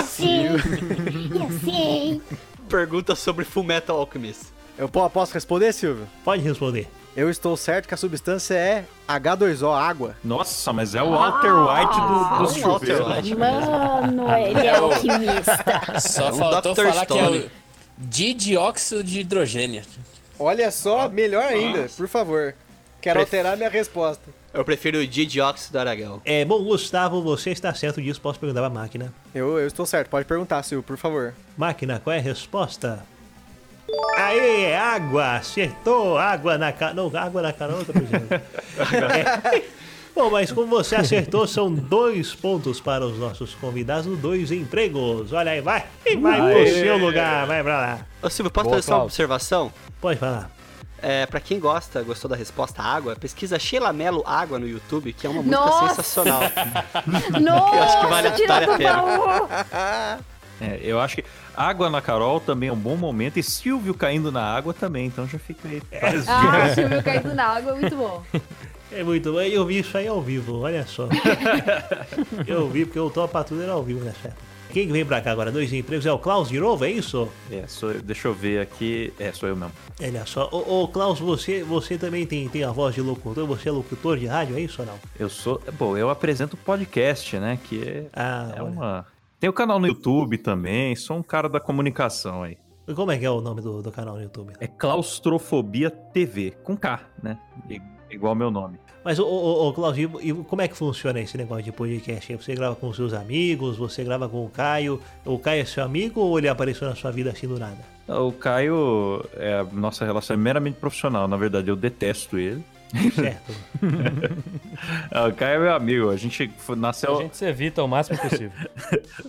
Speaker 4: sei. eu sei.
Speaker 2: Pergunta sobre Fullmetal Alchemist.
Speaker 3: Eu po- posso responder, Silvio?
Speaker 10: Pode responder.
Speaker 3: Eu estou certo que a substância é H2O, água.
Speaker 7: Nossa, mas é o Walter White do, dos
Speaker 3: Ah, Walter
Speaker 2: né?
Speaker 7: chuveiros.
Speaker 3: White.
Speaker 4: Mano, ele é
Speaker 5: o-
Speaker 4: alquimista.
Speaker 5: Só
Speaker 2: É um
Speaker 5: faltou
Speaker 2: Dr.
Speaker 5: falar que é
Speaker 2: Stone.
Speaker 5: o didióxido de hidrogênio.
Speaker 3: Olha só, melhor ainda, por favor. Quero alterar minha resposta.
Speaker 2: Eu prefiro o Didióxido do Aragão.
Speaker 10: É, bom, Gustavo, você está certo disso, posso perguntar para a máquina.
Speaker 3: Eu, eu estou certo, pode perguntar, Silvio, por favor.
Speaker 10: Máquina, qual é a resposta? Aê, água! Acertou! Água na cara. Não, água na cara, outra coisa. É. Bom, mas como você acertou, são dois pontos para os nossos convidados, dois empregos. Olha aí, vai! E vai pro
Speaker 7: Aê.
Speaker 10: seu lugar, vai pra lá.
Speaker 2: Ô Silvio, posso
Speaker 8: Boa,
Speaker 2: fazer só uma
Speaker 8: Klaus.
Speaker 2: observação?
Speaker 10: Pode falar.
Speaker 2: É, pra quem gosta, gostou da resposta água, pesquisa Sheila Mello Água no YouTube, que é uma
Speaker 11: Nossa!
Speaker 2: música sensacional.
Speaker 11: Nossa,
Speaker 2: Eu acho que vale a-
Speaker 11: tirou
Speaker 2: vale a
Speaker 11: do
Speaker 2: pena.
Speaker 11: baú.
Speaker 7: É, eu acho que água na Carol também é um bom momento. E Silvio caindo na água também, então já fica aí. Faz-
Speaker 11: Ah, Silvio caindo na água, muito bom.
Speaker 10: É muito bom. Eu vi isso aí ao vivo, olha só. eu vi porque eu tô a patrulha era ao vivo nessa época. Quem que vem pra cá agora? Dois empregos? É o Klaus de novo, é isso?
Speaker 7: É, sou eu- deixa eu ver aqui. É, sou eu mesmo.
Speaker 10: Olha só, ô, ô, Klaus, você, você também tem, tem a voz de locutor, você é locutor de rádio, é isso ou não?
Speaker 7: Eu sou. Bom, eu apresento podcast, né? Que é,
Speaker 10: Ah,
Speaker 7: é
Speaker 10: olha.
Speaker 7: uma. Tem o canal no YouTube também, sou um cara da comunicação aí.
Speaker 10: Como é que é o nome do, do canal no YouTube?
Speaker 7: É Claustrofobia TV, com K, né? I- Igual meu nome.
Speaker 10: Mas, ô, ô, ô, Klaus, e, e como é que funciona esse negócio de podcast? Você grava com seus amigos, você grava com o Caio, o Caio é seu amigo ou ele apareceu na sua vida assim do nada?
Speaker 7: O Caio, é, a nossa relação é meramente profissional, na verdade, eu detesto ele.
Speaker 10: Certo.
Speaker 7: Ah, O Caio é meu amigo, a gente foi-
Speaker 8: A
Speaker 7: nasceu,
Speaker 8: gente se evita o máximo possível.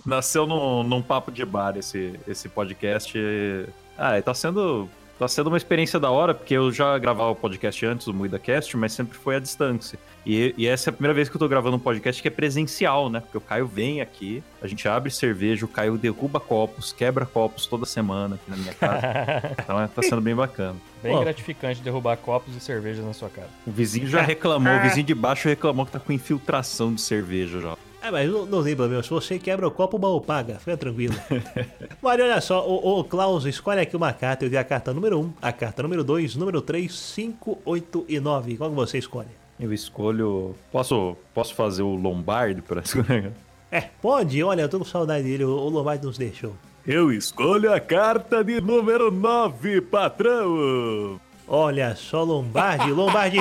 Speaker 7: nasceu num, num papo de bar esse, esse podcast. e- Ah, e tá sendo. Tá sendo uma experiência da hora, porque eu já gravava o podcast antes, o MuidaCast, mas sempre foi à distância. E, e essa é a primeira vez que eu tô gravando um podcast que é presencial, né? Porque o Caio vem aqui, a gente abre cerveja, o Caio derruba copos, quebra copos toda semana aqui na minha casa. então é, tá sendo bem bacana.
Speaker 8: Bem
Speaker 10: Bom.
Speaker 8: gratificante derrubar copos e cervejas na sua cara.
Speaker 7: O vizinho já reclamou, o vizinho de baixo reclamou que tá com infiltração de cerveja já.
Speaker 10: É, mas não, não tem problema, se você quebra o copo, o baú paga, fica tranquilo. Mas olha só, ô, ô, Klaus, escolhe aqui uma carta, eu dei a carta número 1, a carta número 2, número 3, 5, 8 e 9. Qual que você escolhe?
Speaker 7: Eu escolho. Posso, posso fazer o Lombardi assim para escolher?
Speaker 10: É, pode, olha, eu tô com saudade dele, o o Lombardi nos deixou.
Speaker 7: Eu escolho a carta de número 9, patrão!
Speaker 10: Olha só, Lombardi, Lombardi.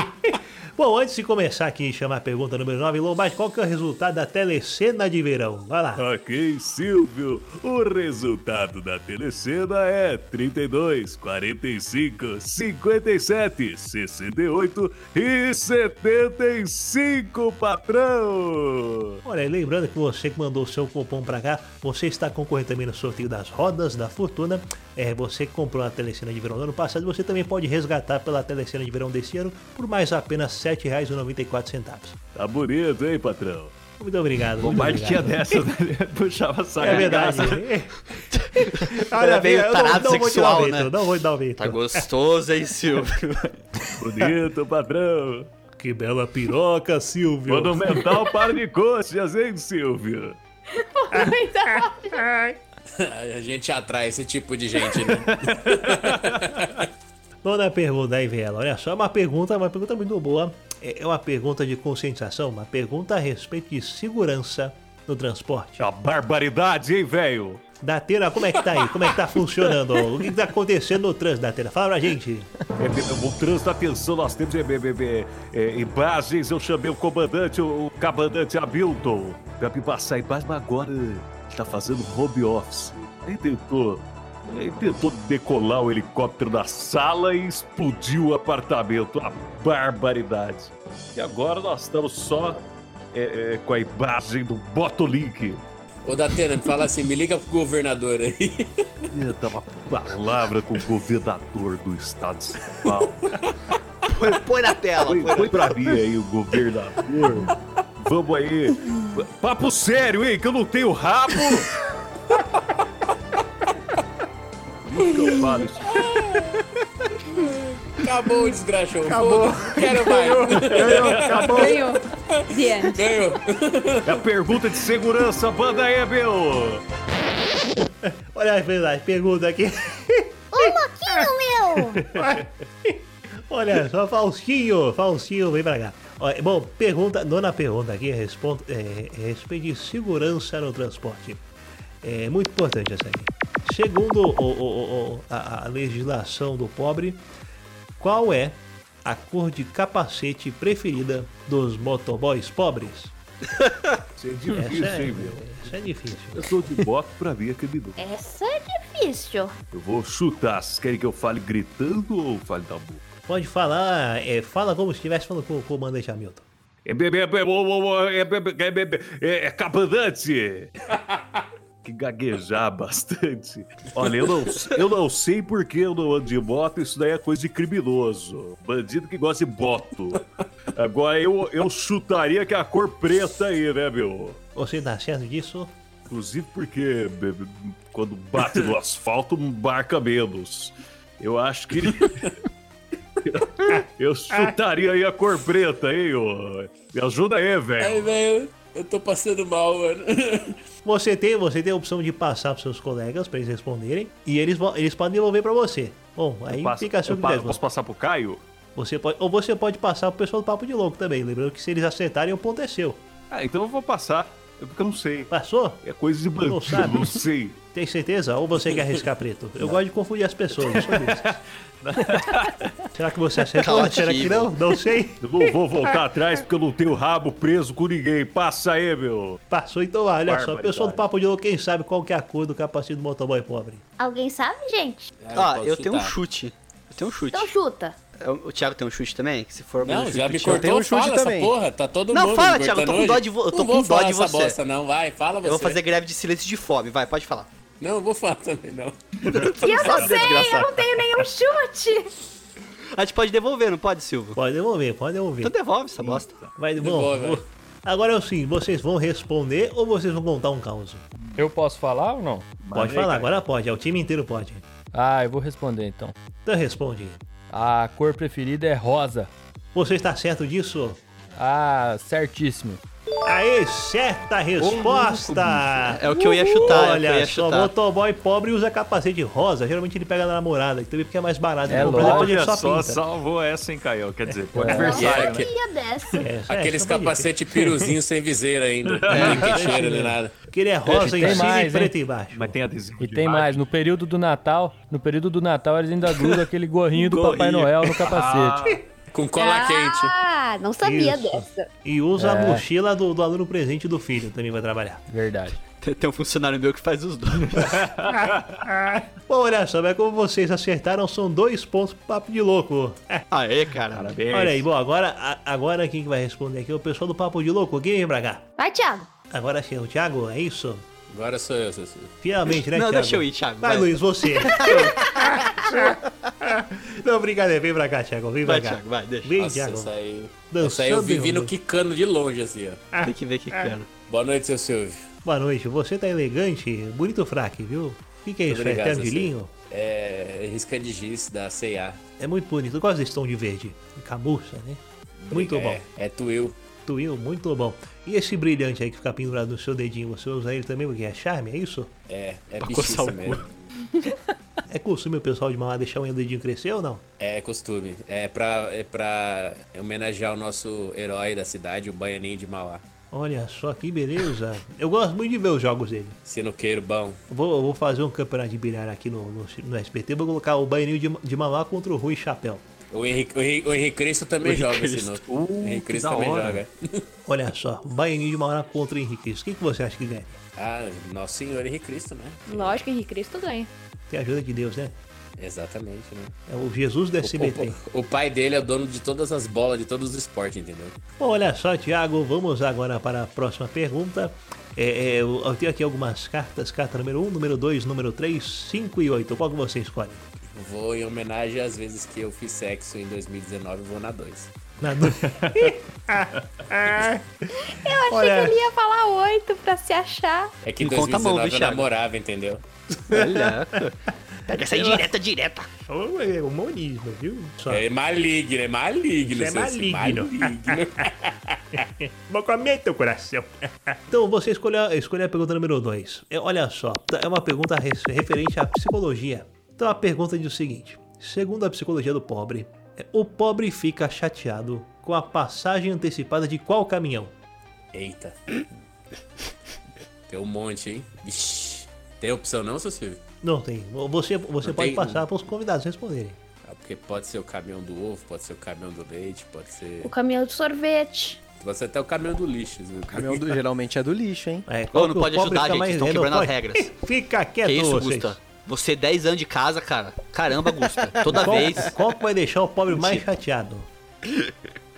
Speaker 10: Bom, antes de começar aqui e chamar a pergunta número 9, Lombardi, qual que é o resultado da telecena de verão? Vai lá.
Speaker 7: Ok, Silvio, o resultado da telecena é 32, 45, 57, 68 e 75, patrão!
Speaker 10: Olha, e lembrando que você que mandou o seu cupom pra cá, você está concorrendo também no sorteio das rodas da fortuna. É, você que comprou a telecena de verão do ano passado, você também pode resgatar pela telecena de verão desse ano por mais apenas R$ 7,94.
Speaker 7: Tá bonito, hein, patrão?
Speaker 10: Muito obrigado. muito
Speaker 7: Lombardi tinha
Speaker 10: obrigado.
Speaker 7: dessa, né? puxava saco.
Speaker 10: É
Speaker 7: de
Speaker 10: verdade.
Speaker 7: graça.
Speaker 10: Olha,
Speaker 2: meio
Speaker 10: eu não-
Speaker 2: tarado
Speaker 10: não vou te dar o
Speaker 2: sexual,
Speaker 10: veto,
Speaker 2: né?
Speaker 10: Não vou te dar o veto.
Speaker 2: Tá gostoso, hein, Silvio?
Speaker 7: Bonito, patrão.
Speaker 10: Que bela piroca, Silvio.
Speaker 11: Quando o mental para de coxas, hein, Silvio?
Speaker 5: A gente atrai esse tipo de gente, né?
Speaker 10: Nona pergunta aí, Viela. Olha só, é uma pergunta, uma pergunta muito boa. É é uma pergunta de conscientização, uma pergunta a respeito de segurança no transporte.
Speaker 11: A barbaridade, hein, velho?
Speaker 10: Datena, como é que tá aí? Como é que tá funcionando? O que que tá acontecendo no trânsito, Datena? Fala pra gente.
Speaker 11: É, be- o trânsito da atenção, nós temos é, be- be- be- é, imagens, eu chamei o comandante, o, o comandante Hamilton, pra me passar imagens, mas agora está fazendo home office. Ele tentou, ele tentou decolar o helicóptero da sala e explodiu o apartamento, a barbaridade. E agora nós estamos só é, é, com a imagem do Botolink.
Speaker 5: Ô, Datena, fala assim, me liga pro governador aí.
Speaker 11: Eu tava palavra com o governador do estado de São Paulo.
Speaker 2: Põe, põe na tela.
Speaker 11: Põe,
Speaker 2: põe na
Speaker 11: põe
Speaker 2: tela.
Speaker 11: pra mim aí o governador. Vamos aí. Papo sério, hein? Que eu não tenho rabo. Nunca eu falo isso.
Speaker 5: Acabou o desgraxou. Acabou. Quero mais.
Speaker 11: Acabou.
Speaker 13: Ganhou. The end.
Speaker 5: Ganhou.
Speaker 11: É a pergunta de segurança, banda aí, meu.
Speaker 10: Olha a verdade, pergunta aqui.
Speaker 4: Ô, louquinho meu!
Speaker 10: Olha só, Faustinho, Faustinho, vem pra cá. Olha, bom, pergunta, nona pergunta aqui, respondo, é, a respeito de segurança no transporte. É muito importante essa aqui. Segundo o- o- o- a, a legislação do pobre, qual é a cor de capacete preferida dos motoboys pobres?
Speaker 11: Isso é difícil, hein, meu?
Speaker 10: Isso é difícil.
Speaker 11: Eu tô de moto pra mim, querido.
Speaker 4: Essa é difícil.
Speaker 11: Eu vou chutar. Vocês querem que eu fale gritando ou fale da boca?
Speaker 10: Pode falar, é, fala como se estivesse falando com o comandante Hamilton.
Speaker 11: É, be- be- be- o- o- o- é, be- be- é, be- be- é, é comandante! Que gaguejar bastante. Olha, eu não, eu não sei porque eu não ando de moto, isso daí é coisa de criminoso. Bandido que gosta de moto. Agora eu, eu chutaria que é a cor preta aí, né, meu?
Speaker 10: Você tá certo disso?
Speaker 11: Inclusive porque be- be- quando bate no asfalto, marca menos. Eu acho que. Eu chutaria aí a cor preta, hein, ô? Me ajuda aí,
Speaker 5: Aí,
Speaker 11: velho.
Speaker 5: velho, eu tô passando mal, mano.
Speaker 10: Você tem, você tem a opção de passar para seus colegas para eles responderem e eles, vão- eles podem devolver para você. Bom, aí
Speaker 11: Passa-
Speaker 10: fica a sua
Speaker 11: eu pa-
Speaker 10: critério.
Speaker 11: Posso passar pro Caio?
Speaker 10: Você pode, ou você pode passar pro pessoal do Papo de Louco também. Lembrando que se eles acertarem, o ponto é seu.
Speaker 11: Ah, então eu vou passar. É Porque eu não sei.
Speaker 10: Passou?
Speaker 11: É coisa de bandido.
Speaker 10: sabe?
Speaker 11: Não sei.
Speaker 10: Tem certeza? Ou você quer arriscar preto? Eu gosto de confundir as pessoas. eu sou desse. Será que você acertou? Será que não? Não sei.
Speaker 11: Eu não vou voltar atrás porque eu não tenho rabo preso com ninguém. Passa aí, meu.
Speaker 10: Passou então, olha só.
Speaker 11: Barbaridade.
Speaker 10: Pessoal do Papo de Louco, quem sabe qual que é a cor do capacete do motoboy pobre?
Speaker 4: Alguém sabe, gente?
Speaker 2: Ah, eu tenho um chute. Eu tenho um chute.
Speaker 4: Então chuta.
Speaker 2: Eu- O Thiago tem um chute também? Que se for
Speaker 5: Não,
Speaker 2: um
Speaker 5: já
Speaker 2: chute do
Speaker 5: me
Speaker 2: Thiago.
Speaker 14: tenho
Speaker 5: cortou,
Speaker 14: um chute
Speaker 5: fala essa
Speaker 14: também.
Speaker 5: porra. Tá todo
Speaker 2: Não,
Speaker 5: mundo
Speaker 2: fala,
Speaker 5: me
Speaker 2: Thiago, eu tô
Speaker 5: cortando
Speaker 2: com dó
Speaker 5: hoje.
Speaker 2: de vo- eu tô
Speaker 5: Não
Speaker 2: com
Speaker 5: vou
Speaker 2: dó
Speaker 5: falar
Speaker 2: de
Speaker 5: essa
Speaker 2: você.
Speaker 5: bosta, não. Vai, fala você.
Speaker 2: Eu vou fazer greve de silêncio de fome, vai, pode falar.
Speaker 5: Não, vou falar também, não.
Speaker 4: E eu não
Speaker 2: Sabe,
Speaker 4: sei, eu
Speaker 2: desgraçado.
Speaker 4: não tenho nenhum chute.
Speaker 2: A gente pode devolver, não pode, Silvio?
Speaker 10: Pode devolver, pode devolver.
Speaker 2: Então devolve essa bosta.
Speaker 10: Vai, bom,
Speaker 5: Devolve,
Speaker 10: vou-
Speaker 5: vai.
Speaker 10: agora é o seguinte, vocês vão responder ou vocês vão contar um caos?
Speaker 8: Eu posso falar ou não?
Speaker 10: Pode falar, agora pode, é o time inteiro pode.
Speaker 8: Ah, eu vou responder então.
Speaker 10: Então responde.
Speaker 8: A cor preferida é rosa.
Speaker 10: Você está certo disso?
Speaker 8: Ah, certíssimo.
Speaker 10: Aê, certa resposta!
Speaker 2: É o que eu ia chutar, é o que eu
Speaker 10: Olha
Speaker 2: ia
Speaker 10: só,
Speaker 2: chutar.
Speaker 10: motoboy pobre usa capacete rosa, geralmente ele pega na namorada, que também fica mais barato.
Speaker 8: É
Speaker 10: Então,
Speaker 8: lógico.
Speaker 10: depois ele
Speaker 11: Olha só,
Speaker 10: pinta.
Speaker 11: salvou essa, hein, Caio? Quer dizer, pode
Speaker 4: E eu
Speaker 11: adversário, né?
Speaker 4: queria dessa.
Speaker 10: É, isso é,
Speaker 5: Aqueles
Speaker 10: isso é bonito.
Speaker 5: capacete piruzinho sem viseira ainda. Nem tem cheiro, nem nada.
Speaker 10: Que ele é rosa
Speaker 8: Tem
Speaker 10: em cima e
Speaker 8: mais,
Speaker 10: preto embaixo.
Speaker 11: Mas tem adesivo
Speaker 8: E
Speaker 11: de
Speaker 8: tem
Speaker 11: imagem.
Speaker 8: mais, né? no período do Natal, no período do Natal eles ainda grudam aquele gorrinho do Papai Noel no capacete.
Speaker 5: Com cola quente.
Speaker 4: Ah, não sabia
Speaker 10: Isso.
Speaker 4: dessa.
Speaker 10: E usa
Speaker 2: É.
Speaker 10: a mochila do, do aluno presente do filho, também vai trabalhar.
Speaker 8: Ah. Verdade.
Speaker 2: Tem, tem um funcionário meu que faz os dois.
Speaker 10: Bom, olha só, mas como vocês acertaram, são dois pontos pro papo de louco. É,
Speaker 2: Aê, cara.
Speaker 11: Parabéns.
Speaker 10: Olha aí, bom, agora, a- agora quem que vai responder aqui é o pessoal do Papo de Louco. Quem vem pra cá?
Speaker 4: Vai, Thiago.
Speaker 10: Agora sim, o Thiago, é isso?
Speaker 5: Agora sou eu, Ceci.
Speaker 10: Fielmente, né,
Speaker 2: Não,
Speaker 10: Thiago?
Speaker 2: deixa eu ir, Thiago.
Speaker 10: Vai,
Speaker 2: Vai,
Speaker 10: Luiz, você. Não, brincadeira, vem pra cá, Thiago, vem pra
Speaker 2: Vai,
Speaker 10: cá.
Speaker 2: Thiago, vai, deixa.
Speaker 10: Vem,
Speaker 5: Nossa,
Speaker 10: Thiago.
Speaker 5: essa aí.
Speaker 10: Dançando
Speaker 5: Essa aí eu vivi no
Speaker 10: e-
Speaker 5: quicando de longe, assim, ó.
Speaker 2: Tem que ver que cara.
Speaker 5: Boa noite, seu Silvio.
Speaker 10: Boa noite, você tá elegante, bonito fraque, viu? O que, que é isso?
Speaker 5: obrigado,
Speaker 10: é eterno de
Speaker 5: Ceci.
Speaker 10: linho?
Speaker 5: É. Risca de giz da C&A.
Speaker 10: É muito bonito, eu gosto desse tom de verde. Camurça, né? Muito bom.
Speaker 5: É, é Twill.
Speaker 10: Tuil, muito bom. E esse brilhante aí que fica pendurado no seu dedinho, você usa ele também porque é charme, é isso?
Speaker 5: É, é
Speaker 10: Pra
Speaker 5: bichiça
Speaker 10: coçar o cu.
Speaker 5: mesmo.
Speaker 10: É costume o pessoal de Mauá deixar o dedinho crescer ou não?
Speaker 5: É costume. É pra, é pra homenagear o nosso herói da cidade, o Baianinho de Mauá.
Speaker 10: Olha só que beleza. Eu gosto muito de ver os jogos dele.
Speaker 5: Sinuqueiro bom.
Speaker 10: Vou, vou fazer um campeonato de bilhar aqui no, no, no SPT, vou colocar o banheiro de, de Mauá contra o Rui Chapéu.
Speaker 5: O Henrique, o Henrique, o Henrique Cristo
Speaker 10: O
Speaker 5: também
Speaker 10: Henrique
Speaker 5: joga
Speaker 10: Cristo.
Speaker 5: sinuca.
Speaker 10: Uh,
Speaker 5: o Henrique
Speaker 10: que
Speaker 5: Cristo
Speaker 10: da
Speaker 5: também
Speaker 10: hora.
Speaker 5: joga.
Speaker 10: Olha só, Baianinho de Mauá contra o Henrique Cristo. Quem que você acha que ganha?
Speaker 5: Ah, Nosso Senhor Henrique Cristo, né?
Speaker 11: Lógico que Henrique Cristo ganha.
Speaker 10: Tem a ajuda de Deus, né?
Speaker 5: Exatamente, né?
Speaker 10: É o Jesus do
Speaker 5: O-
Speaker 10: SBT.
Speaker 5: O, o pai dele é o dono de todas as bolas, de todos os esportes, entendeu?
Speaker 10: Bom, olha só, Thiago, vamos agora para a próxima pergunta. É, é, eu eu tenho aqui algumas cartas, carta número 1, número 2, número 3, 5 e 8. Qual que você escolhe?
Speaker 5: Vou em homenagem às vezes que eu fiz sexo em 2019, vou na 2.
Speaker 10: Na do-
Speaker 11: Eu achei
Speaker 5: Olha.
Speaker 11: que ele ia falar oito pra se achar.
Speaker 5: É que em
Speaker 11: Não conta a mão,
Speaker 5: 2019
Speaker 11: viu,
Speaker 5: eu
Speaker 11: Thiago?
Speaker 5: namorava, entendeu?
Speaker 2: Olha. Pega essa indireta direta.
Speaker 10: É o monismo, viu?
Speaker 5: É maligno, é maligno.
Speaker 10: Isso Tá. é
Speaker 5: seu- esse
Speaker 10: maligno. Vou comer teu coração. então você escolheu, escolheu a pergunta número 2. olha só, tá, é uma pergunta res- referente à psicologia. Então a pergunta diz o seguinte: segundo a psicologia do pobre, é, o pobre fica chateado com a passagem antecipada de qual caminhão?
Speaker 5: Eita. Tem um monte, hein? Vixe. Tem opção não, seu Silvio?
Speaker 10: Não tem. Você, você
Speaker 5: Não
Speaker 10: pode
Speaker 5: tem?
Speaker 10: passar para os convidados responderem.
Speaker 5: Ah, porque pode ser o caminhão do ovo, pode ser o caminhão do leite, pode ser.
Speaker 11: O caminhão de sorvete.
Speaker 5: Pode ser até o caminhão do lixo. O
Speaker 3: caminhão do- geralmente é do lixo, hein?
Speaker 10: É,
Speaker 2: Ô, não pode ajudar, gente. Estão quebrando as regras.
Speaker 10: Fica quieto,
Speaker 2: Que isso,
Speaker 10: vocês.
Speaker 2: Gusta? Você 10 anos de casa, cara. Caramba, Gusta. Toda
Speaker 10: qual,
Speaker 2: vez.
Speaker 10: Qual que vai deixar o pobre mais chateado?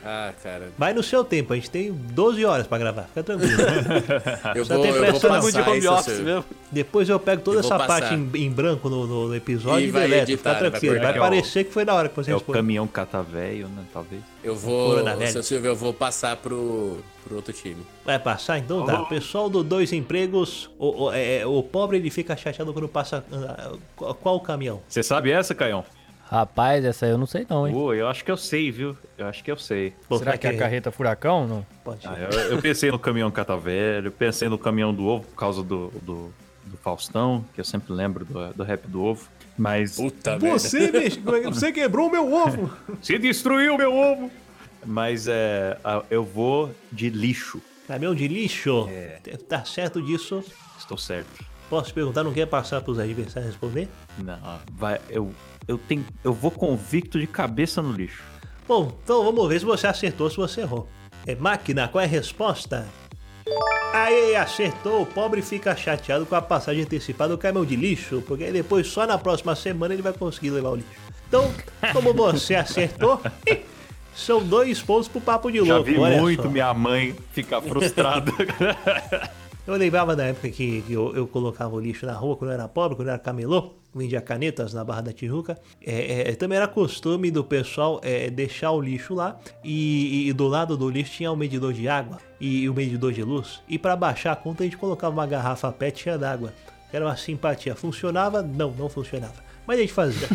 Speaker 5: Ah, cara.
Speaker 10: Vai no seu tempo, a gente tem 12 horas pra gravar, fica tranquilo.
Speaker 5: Eu
Speaker 10: Só
Speaker 5: vou-
Speaker 10: tem
Speaker 5: eu
Speaker 10: pressa
Speaker 5: vou
Speaker 10: não.
Speaker 5: passar Todo mundo de home isso, office seu- mesmo.
Speaker 10: Depois eu pego toda
Speaker 5: Eu vou
Speaker 10: essa
Speaker 5: passar.
Speaker 10: parte em, em branco no, no- no episódio
Speaker 5: E
Speaker 10: e,
Speaker 5: vai
Speaker 10: deleto,
Speaker 5: editar,
Speaker 10: fica
Speaker 5: vai
Speaker 10: tranquilo. Vai,
Speaker 5: cortar. É o-
Speaker 10: parecer que foi na hora que você
Speaker 7: É o
Speaker 10: escolheu.
Speaker 7: caminhão catavéio, né? Talvez.
Speaker 5: Eu vou.
Speaker 10: Corona, velho.
Speaker 5: Seu Silvio, eu vou passar pro, pro outro time.
Speaker 10: Vai passar então? Tá. Pessoal do Dois Empregos, o, o- é, o pobre ele fica chateado quando passa. ah, qual- Qual o caminhão?
Speaker 7: Você sabe essa, Caião?
Speaker 8: Rapaz, essa eu não sei não, hein?
Speaker 7: Pô, eu acho que eu sei, viu? Eu acho que eu sei.
Speaker 8: Será que é a carreta furacão? Não.
Speaker 10: Pode
Speaker 7: Ah, eu, eu pensei no caminhão catavelho, pensei no caminhão do ovo por causa do, do, do Faustão, que eu sempre lembro do, do rap do ovo. Mas.
Speaker 5: Puta
Speaker 7: é.
Speaker 10: você quebrou meu ovo!
Speaker 7: Você destruiu meu ovo! Mas é. a- Eu vou de lixo.
Speaker 10: Caminhão de lixo? Tá certo disso?
Speaker 7: Estou certo.
Speaker 10: Posso perguntar, não quer passar pros adversários responder?
Speaker 7: Não. Vai, eu, eu, tenho, eu vou convicto de cabeça no lixo.
Speaker 10: Bom, então vamos ver se você acertou, se você errou. É máquina, qual é a resposta? Aê, acertou. O pobre fica chateado com a passagem antecipada do caminhão de lixo, porque aí depois só na próxima semana ele vai conseguir levar o lixo. Então, como você acertou, são dois pontos pro papo de
Speaker 7: Já
Speaker 10: louco.
Speaker 7: vi
Speaker 10: olha
Speaker 7: muito
Speaker 10: só.
Speaker 7: minha mãe ficar frustrada.
Speaker 10: Eu lembrava da época que, que eu, eu colocava o lixo na rua quando eu era pobre, quando eu era camelô, vendia canetas na Barra da Tijuca. É, é, também era costume do pessoal é, deixar o lixo lá e, e- e do lado do lixo tinha o medidor de água e, o medidor de luz. E para baixar a conta a gente colocava uma garrafa PET cheia d'água. Era uma simpatia. Funcionava? Não, não funcionava. Mas a gente fazia.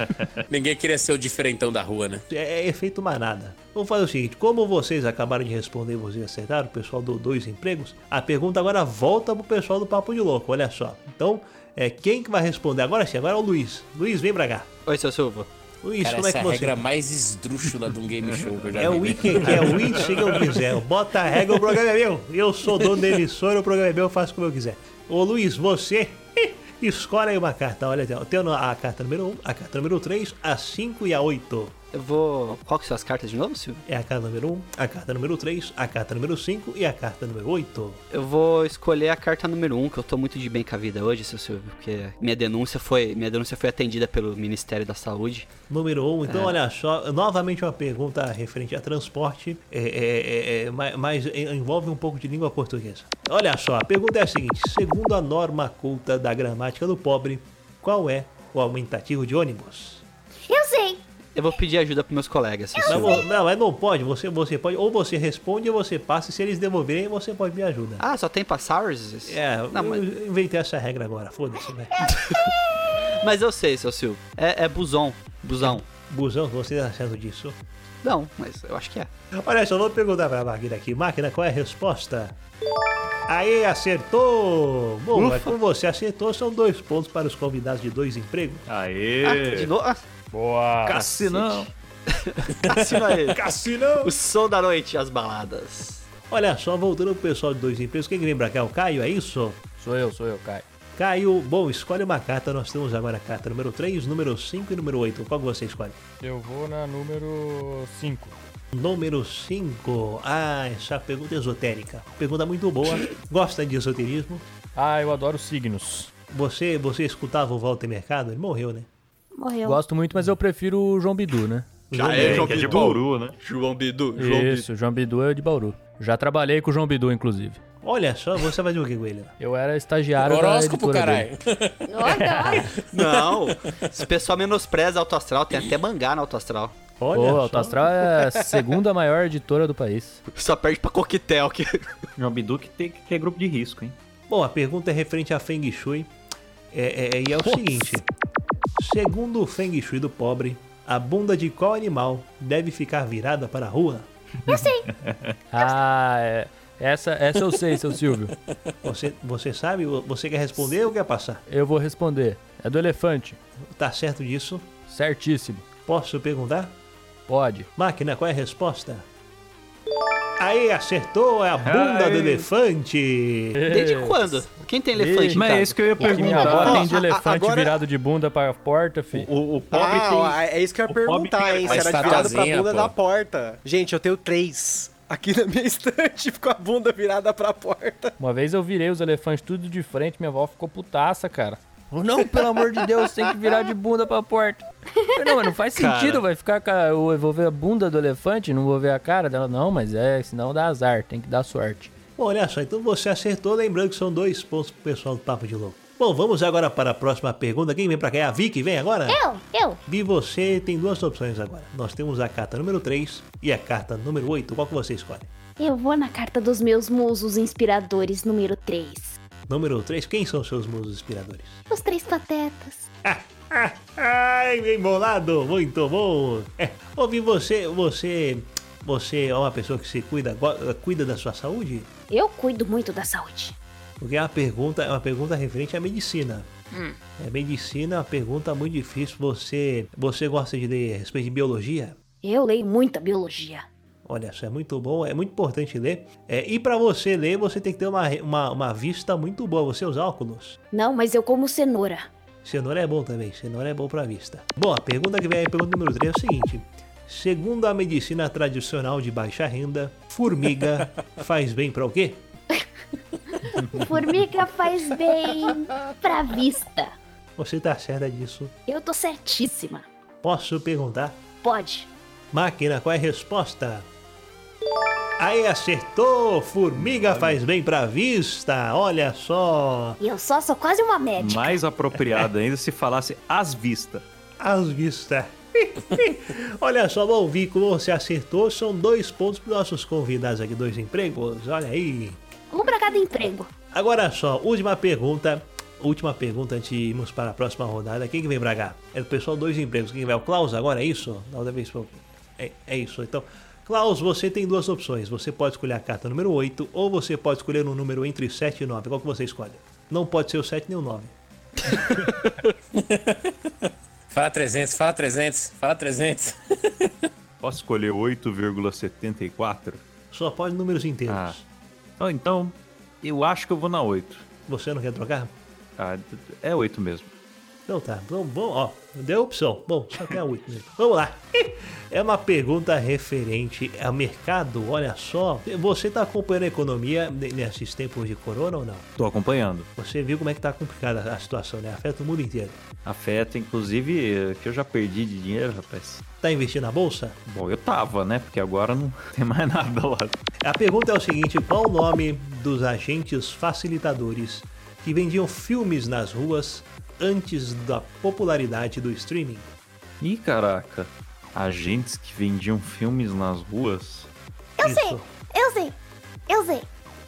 Speaker 5: Ninguém queria ser o diferentão da rua, né?
Speaker 10: É, é efeito manada. Vamos fazer o seguinte: como vocês acabaram de responder, vocês acertaram, o pessoal do Dois Empregos, a pergunta agora volta pro pessoal do Papo de Louco, olha só. Então, é quem que vai responder? Agora sim, agora é o Luiz. Luiz, vem pra cá.
Speaker 2: Oi, seu Silva.
Speaker 10: Luiz,
Speaker 5: Cara,
Speaker 10: como é
Speaker 5: essa
Speaker 10: que você.
Speaker 5: regra mais esdrúxula de um game show que eu já
Speaker 10: É o
Speaker 5: vi.
Speaker 10: Weekend, é o Win, chega o quiser. Bota a regra, o programa é meu. Eu sou dono da emissora, o programa é meu, eu faço como eu quiser. Ô Luiz, você escolhe aí uma carta. Olha, tem- tem a carta número 1, a carta número 3, a 5 e a 8.
Speaker 2: Eu vou. Qual que são as cartas de novo, Silvio?
Speaker 10: É a carta número 1, a carta número 3, a carta número 5 e a carta número 8.
Speaker 2: Eu vou escolher a carta número 1, que eu tô muito de bem com a vida hoje, seu Silvio, porque minha denúncia foi, minha denúncia foi atendida pelo Ministério da Saúde.
Speaker 10: Número 1, então
Speaker 2: É.
Speaker 10: olha só, novamente uma pergunta referente a transporte, é, é, é, é, ma- mas en- envolve um pouco de língua portuguesa. Olha só, a pergunta é a seguinte: segundo a norma culta da gramática do pobre, qual é o aumentativo de ônibus?
Speaker 4: Eu sei.
Speaker 2: Eu vou pedir ajuda pros meus colegas, seu
Speaker 10: Não,
Speaker 2: Silvio.
Speaker 10: vo- não, mas não pode, você, você pode, ou você responde ou você passa, e se eles devolverem, você pode me ajudar.
Speaker 2: Ah, só tem passars?
Speaker 10: É,
Speaker 2: Não,
Speaker 10: eu
Speaker 2: mas, É.
Speaker 10: inventei essa regra agora, foda-se, né?
Speaker 2: mas eu sei, seu Silvio. É, é busão, busão.
Speaker 10: Busão, você tá achando disso?
Speaker 2: Não, mas eu acho que é.
Speaker 10: Olha só, vou perguntar pra máquina aqui. Máquina, qual é a resposta? Aí, acertou! Bom, mas como você acertou, são dois pontos para os convidados de dois empregos.
Speaker 7: Aê!
Speaker 2: Ah, de novo? Ah,
Speaker 7: Boa!
Speaker 2: Cassinão. Cassino aí.
Speaker 10: Cassinão!
Speaker 2: O som da noite, as baladas.
Speaker 10: Olha só, voltando pro pessoal de dois empregos, quem lembra que é o Caio, é isso?
Speaker 8: Sou eu, sou eu, Caio.
Speaker 10: Caio, bom, escolhe uma carta. Nós temos agora a carta número 3, número 5 e número 8. Qual que você escolhe?
Speaker 8: Eu vou na número 5.
Speaker 10: Número 5. Ah, essa pergunta é esotérica. Pergunta muito boa. Gosta de esoterismo?
Speaker 8: Ah, eu adoro signos.
Speaker 10: Você, você escutava o Walter Mercado? Ele morreu, né?
Speaker 11: Morreu.
Speaker 8: Gosto muito, mas eu prefiro o João Bidu, né?
Speaker 12: Já
Speaker 7: É,
Speaker 12: é, João
Speaker 7: que é de
Speaker 12: Bidu.
Speaker 7: Bauru, né?
Speaker 12: João Bidu. João Bidu.
Speaker 8: Isso, o João Bidu é de Bauru. Já trabalhei com o João Bidu, inclusive.
Speaker 10: Olha só, você fazia o que com ele?
Speaker 8: Eu era estagiário
Speaker 5: Horóscopo,
Speaker 8: da editora
Speaker 5: caralho.
Speaker 11: Olha,
Speaker 2: Não, esse pessoal menospreza Alto Astral, tem até mangá na Alto Astral.
Speaker 10: Olha
Speaker 8: Pô,
Speaker 10: só.
Speaker 8: Alto Astral é a segunda maior editora do país.
Speaker 2: Só perde pra coquetel. Que...
Speaker 7: João Bidu que, tem, que é grupo de risco, hein?
Speaker 10: Bom, a pergunta é referente a Feng Shui. É, é- e é o seguinte: Segundo o Feng Shui do pobre, a bunda de qual animal deve ficar virada para a rua?
Speaker 11: eu sei.
Speaker 8: Ah, é. Essa, essa eu sei, seu Silvio.
Speaker 10: Você, você sabe? Você quer responder ou quer passar?
Speaker 8: Eu vou responder. É do elefante.
Speaker 10: Tá certo disso?
Speaker 8: Certíssimo.
Speaker 10: Posso perguntar?
Speaker 8: Pode.
Speaker 10: Máquina, qual é a resposta? Aí, acertou! É a bunda do
Speaker 7: Aê.
Speaker 10: elefante!
Speaker 2: Desde quando? Quem tem elefante? em
Speaker 7: Mas é
Speaker 2: casa?
Speaker 7: isso que eu ia
Speaker 8: Que minha
Speaker 7: perguntar.
Speaker 8: avó
Speaker 3: Ó,
Speaker 8: tem de
Speaker 3: a-
Speaker 8: elefante
Speaker 3: agora-
Speaker 8: virado de bunda pra porta, filho.
Speaker 7: O, o pobre
Speaker 3: Ah,
Speaker 7: tem.
Speaker 3: ó, é isso que eu ia
Speaker 7: o pobre
Speaker 3: perguntar,
Speaker 7: tem
Speaker 3: hein?
Speaker 5: uma
Speaker 3: Se era virado pra
Speaker 5: estatuazinha,
Speaker 3: bunda
Speaker 5: pô.
Speaker 3: da porta. Gente, eu tenho três. Aqui na minha estante ficou a bunda virada pra porta.
Speaker 8: Uma vez eu virei os elefantes tudo de frente, minha avó ficou putaça, cara. Falou, Não, pelo amor de Deus, tem que virar de bunda pra porta. Eu falei, Não, mas não faz sentido, vai ficar com a- Eu vou ver a bunda do elefante, não vou ver a cara dela. Não, mas é, senão dá azar, tem que dar sorte.
Speaker 10: Bom, olha só, então você acertou, lembrando que são dois pontos pro pessoal do Papo de Louco. Bom, vamos agora para a próxima pergunta. Quem vem pra cá é a Vicky, vem agora?
Speaker 4: Eu, eu.
Speaker 10: E você tem duas opções agora. Nós temos a carta número 3 e a carta número 8. Qual que você escolhe?
Speaker 4: Eu vou na carta dos meus musos inspiradores, número 3.
Speaker 10: Número 3, quem são seus musos inspiradores? Ah,
Speaker 4: Os três patetas.
Speaker 10: Ai, bem bolado, muito bom. É, ouvi você, você, você é uma pessoa que se cuida, go- cuida da sua saúde?
Speaker 4: Eu cuido muito da saúde.
Speaker 10: Porque é uma pergunta, é uma pergunta referente à medicina. É, medicina é uma pergunta muito difícil. Você, você gosta de ler a respeito de biologia?
Speaker 4: Eu leio muita biologia.
Speaker 10: Olha, isso é muito bom, é muito importante ler. É, e para você ler, você tem que ter uma, re- uma, uma vista muito boa, você usa óculos.
Speaker 4: Não, mas eu como cenoura.
Speaker 10: Cenoura é bom também, cenoura é bom pra vista. Bom, a pergunta que vem aí, pergunta número 3 é o seguinte. Segundo a medicina tradicional de baixa renda, formiga faz bem pra o quê?
Speaker 4: Formiga faz bem pra vista.
Speaker 10: Você tá certa disso?
Speaker 4: Eu tô certíssima.
Speaker 10: Posso perguntar?
Speaker 4: Pode.
Speaker 10: Máquina, qual é a resposta? Aí acertou! Formiga faz bem pra vista! Olha só!
Speaker 4: E eu só sou quase uma médica.
Speaker 7: Mais apropriado ainda se falasse às vistas.
Speaker 10: As vistas! Olha só, bom, Vico, você acertou. São dois pontos para nossos convidados aqui, dois empregos. Olha aí!
Speaker 4: Um pra cada emprego.
Speaker 10: Agora só, última pergunta. Última pergunta antes de irmos para a próxima rodada. Quem que vem pra cá? É do pessoal dois empregos. Quem vai? O Klaus agora, é isso? Da outra vez foi- É, é isso, então. Klaus, você tem duas opções. Você pode escolher a carta número 8 ou você pode escolher um número entre 7 e 9. Qual que você escolhe? Não pode ser o 7 nem o 9.
Speaker 5: Fala 300, fala 300, fala 300.
Speaker 7: Posso escolher 8,74?
Speaker 10: Só pode números inteiros.
Speaker 7: Ah. Ah, então, eu acho que eu vou na 8.
Speaker 10: Você não quer trocar?
Speaker 7: Ah, é 8 mesmo.
Speaker 10: Então tá, vamos, vamos, ó, deu opção. Bom, só tem a última. mesmo. Vamos lá. É uma pergunta referente ao mercado, olha só. Você tá acompanhando a economia ne- nesses tempos de corona ou não?
Speaker 7: Tô acompanhando.
Speaker 10: Você viu como é que tá complicada a situação, né? Afeta o mundo inteiro.
Speaker 7: Afeta, inclusive, eh, que eu já perdi de dinheiro, rapaz.
Speaker 10: Tá investindo na bolsa?
Speaker 7: Bom, eu tava, né? Porque agora não tem mais nada lá.
Speaker 10: A pergunta é o seguinte: qual o nome dos agentes facilitadores que vendiam filmes nas ruas antes da popularidade do streaming?
Speaker 7: Ih, caraca. Agentes que vendiam filmes nas ruas?
Speaker 4: Eu
Speaker 10: Isso.
Speaker 4: sei, eu sei, eu sei.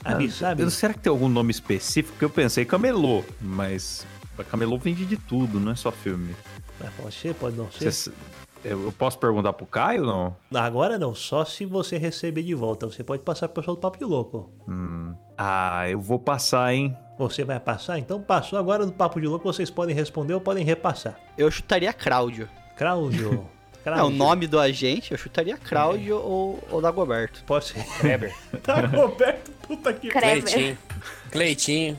Speaker 10: Abi,
Speaker 7: Ah,
Speaker 10: sabe?
Speaker 7: eu- Será que tem algum nome específico? Eu pensei camelô, mas a camelô vende de tudo, não é só filme.
Speaker 10: Mas Pode ser, pode não ser.
Speaker 7: Você- Eu posso perguntar pro Caio não?
Speaker 10: Agora não, só se você receber de volta. Você pode passar pro pessoal do Papo de Louco.
Speaker 7: Hum. Ah, eu vou passar, hein?
Speaker 10: Você vai passar? Então passou agora no Papo de Louco, vocês podem responder ou podem repassar.
Speaker 2: Eu chutaria Cláudio.
Speaker 10: Cláudio.
Speaker 2: É o nome do agente, eu chutaria
Speaker 7: É.
Speaker 2: Cláudio ou, ou Dagoberto.
Speaker 10: Pode ser.
Speaker 5: Kleber.
Speaker 10: Dagoberto, Tá, puta que
Speaker 11: Kreber.
Speaker 5: Cleitinho. Cleitinho.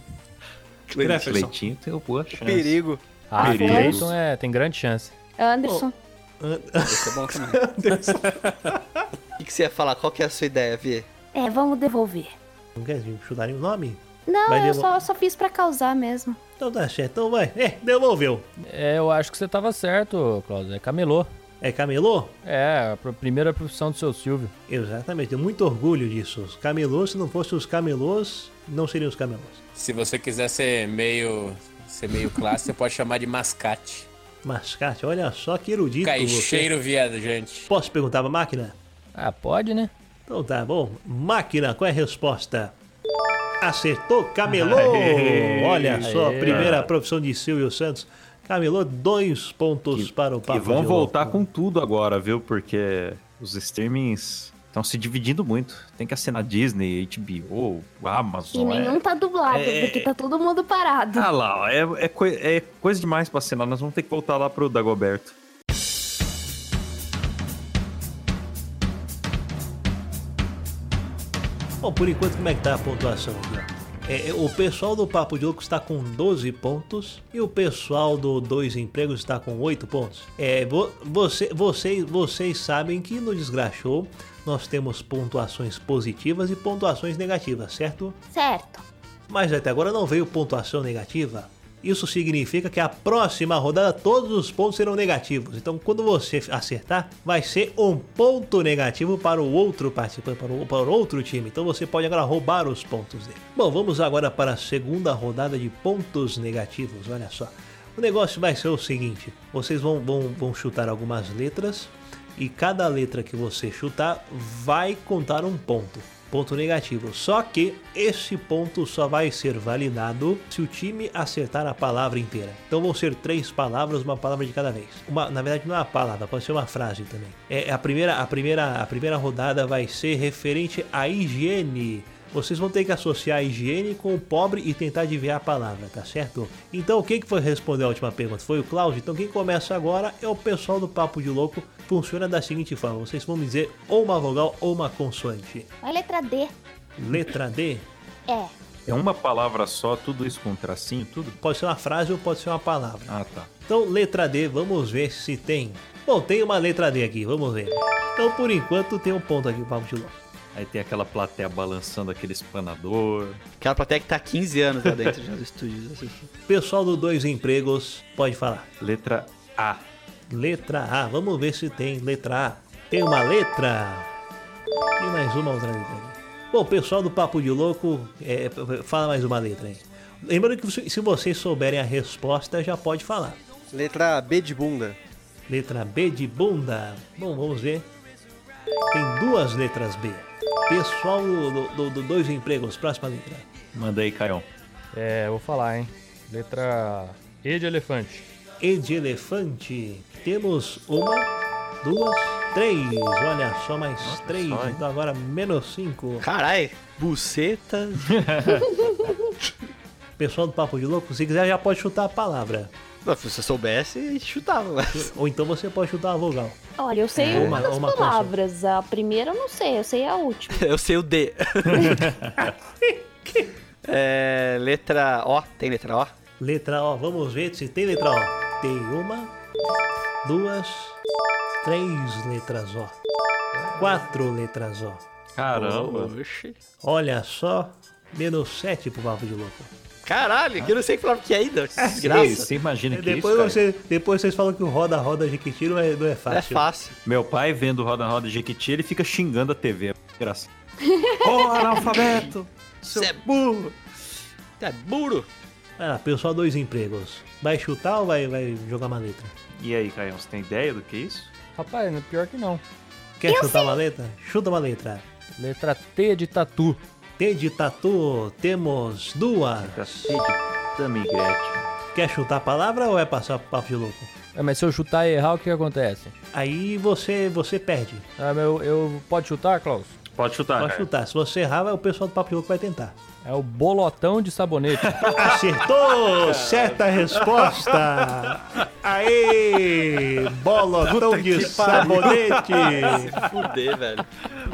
Speaker 10: Cleverson.
Speaker 7: Cleitinho tem uma boa chance.
Speaker 3: Perigo.
Speaker 8: Ah,
Speaker 7: Perigo.
Speaker 8: Clayton é, tem grande chance.
Speaker 11: Anderson.
Speaker 2: Isso é bom também. O que, que você ia falar? Qual que é a sua ideia, Vi?
Speaker 11: É, vamos devolver.
Speaker 10: Não quer chutar nenhum nome?
Speaker 11: Não,
Speaker 10: Vai
Speaker 11: eu
Speaker 10: devo-
Speaker 11: só, só fiz pra causar mesmo.
Speaker 10: Então tá certo, então vai. É, devolveu.
Speaker 8: É, eu acho que você tava certo, Cláudio. É camelô.
Speaker 10: É camelô?
Speaker 8: É, a pro- primeira profissão do seu Silvio.
Speaker 10: Exatamente, tenho muito orgulho disso. Os camelôs, se não fossem os camelôs, não seriam os camelôs.
Speaker 5: Se você quiser ser meio, ser meio classe, você pode chamar de mascate.
Speaker 10: Mascate, olha só que erudito você.
Speaker 5: Caixeiro viajante.
Speaker 10: Posso perguntar pra máquina?
Speaker 8: Ah, pode, né?
Speaker 10: Então tá bom. Máquina, qual é a resposta? Acertou camelô!
Speaker 7: Aê!
Speaker 10: Olha só,
Speaker 8: Aê!
Speaker 10: primeira profissão de Silvio Santos. Camelô, dois pontos para o papo.
Speaker 7: E vão
Speaker 10: de
Speaker 7: voltar
Speaker 10: louco.
Speaker 7: com tudo agora, viu? Porque os streamings estão se dividindo muito. Tem que assinar Disney, HBO,
Speaker 11: E
Speaker 7: Amazon.
Speaker 11: nenhum
Speaker 7: É...
Speaker 11: tá dublado,
Speaker 7: É.
Speaker 11: porque tá todo mundo parado.
Speaker 7: Ah lá, ó, é, é coi- é coisa demais pra assinar. Nós vamos ter que voltar lá pro Dagoberto.
Speaker 10: Bom, por enquanto, como é que tá a pontuação aqui, ó? É, é, o pessoal do Papo de Louco está com 12 pontos e o pessoal do Dois Empregos está com 8 pontos. É, vo- você, vocês, vocês sabem que no Desgraxou nós temos pontuações positivas e pontuações negativas, certo?
Speaker 4: Certo.
Speaker 10: Mas até agora não veio pontuação negativa. Isso significa que a próxima rodada todos os pontos serão negativos. Então, quando você acertar, vai ser um ponto negativo para o outro participante, para o, para o outro time. Então, você pode agora roubar os pontos dele. Bom, vamos agora para a segunda rodada de pontos negativos. Olha só. O negócio vai ser o seguinte: vocês vão, vão, vão chutar algumas letras e cada letra que você chutar vai contar um ponto. Ponto negativo. Só que esse ponto só vai ser validado se o time acertar a palavra inteira. Então vão ser três palavras, uma palavra de cada vez. Uma, na verdade não é uma palavra, pode ser uma frase também. É a primeira, a primeira, a primeira rodada vai ser referente à higiene. Vocês vão ter que associar a higiene com o pobre e tentar adivinhar a palavra, tá certo? Então, quem que foi responder a última pergunta? Foi o Cláudio. Então, quem começa agora é o pessoal do Papo de Louco. Funciona da seguinte forma: vocês vão me dizer ou uma vogal ou uma consoante.
Speaker 4: A letra D
Speaker 10: Letra D
Speaker 4: é.
Speaker 7: É uma palavra só, tudo isso com um tracinho, tudo?
Speaker 10: pode ser uma frase ou pode ser uma palavra.
Speaker 7: Ah, tá.
Speaker 10: Então, letra D, vamos ver se tem. Bom, tem uma letra D aqui, vamos ver. Então, por enquanto, tem um ponto aqui, Papo de Louco.
Speaker 7: Aí tem aquela plateia balançando aquele espanador.
Speaker 2: Aquela plateia que tá há 15 anos lá dentro já do estúdio. assim.
Speaker 10: Pessoal do Dois Empregos, pode falar.
Speaker 7: Letra A.
Speaker 10: Letra A. Vamos ver se tem letra A. Tem uma letra. E mais uma outra letra. aí. Bom, pessoal do Papo de Louco, é, p- p- fala mais uma letra aí. Lembrando que se- se vocês souberem a resposta, já pode falar.
Speaker 3: Letra B de bunda.
Speaker 10: Letra B de bunda. Bom, vamos ver. Tem duas letras B. Pessoal do, do- do- do Dois Empregos, próxima letra.
Speaker 7: Manda aí, Caião.
Speaker 8: É, vou falar, hein? Letra E de elefante.
Speaker 10: E de elefante. Temos uma, duas, três. Olha só, mais três.
Speaker 7: só, hein?
Speaker 10: então agora menos cinco.
Speaker 2: Carai, buceta.
Speaker 10: Pessoal do Papo de Louco, se quiser já pode chutar a palavra.
Speaker 2: Não, Se você soubesse, a gente chutava. Mas...
Speaker 10: Ou então você pode chutar a vogal.
Speaker 11: Olha, eu sei uma,
Speaker 10: Uma-
Speaker 11: das
Speaker 10: É. uma
Speaker 11: palavras. A primeira eu não sei, eu sei a última.
Speaker 2: Eu sei o D. é, letra O. Tem letra O?
Speaker 10: Letra O, vamos ver se tem letra O. Tem uma, duas, três letras O. Quatro letras O.
Speaker 7: Caramba.
Speaker 2: Oxi.
Speaker 10: Olha só, menos sete pro Papo de Louco.
Speaker 2: Caralho, que eu não sei que palavra que é ainda.
Speaker 7: Ei,
Speaker 2: Desgraça.
Speaker 7: Você imagina que
Speaker 10: Depois,
Speaker 7: isso, cara?
Speaker 10: você, depois vocês falam que o roda-roda Jequiti não é, não é fácil.
Speaker 2: É fácil.
Speaker 7: Meu pai vendo Roda Roda Jequiti, ele fica xingando a TV. Graça. Ô, analfabeto!
Speaker 2: Você é burro. Você é burro.
Speaker 10: Vai lá, Ah, pessoal, dois empregos. Vai chutar ou vai, vai jogar uma letra?
Speaker 7: E aí, Caião, você tem ideia do que é isso?
Speaker 8: Rapaz, não é pior que não.
Speaker 10: Quer chutar uma letra? Chuta uma letra.
Speaker 8: Letra T de tatu.
Speaker 10: T de tatu, temos duas.
Speaker 7: Tá Cacete, Tamiguete.
Speaker 10: Quer chutar a palavra ou é passar pro papo de louco?
Speaker 8: É, mas se eu chutar e errar, o que que acontece?
Speaker 10: Aí você, você perde.
Speaker 8: Ah, mas eu, eu- pode chutar, Klaus?
Speaker 7: Pode chutar.
Speaker 10: Pode chutar. Se você errar, vai- o pessoal do Papo de Louco vai tentar.
Speaker 8: É o bolotão de sabonete.
Speaker 10: Acertou! Certa resposta! Aê! Bolotão de sabonete!
Speaker 7: Se fuder, velho.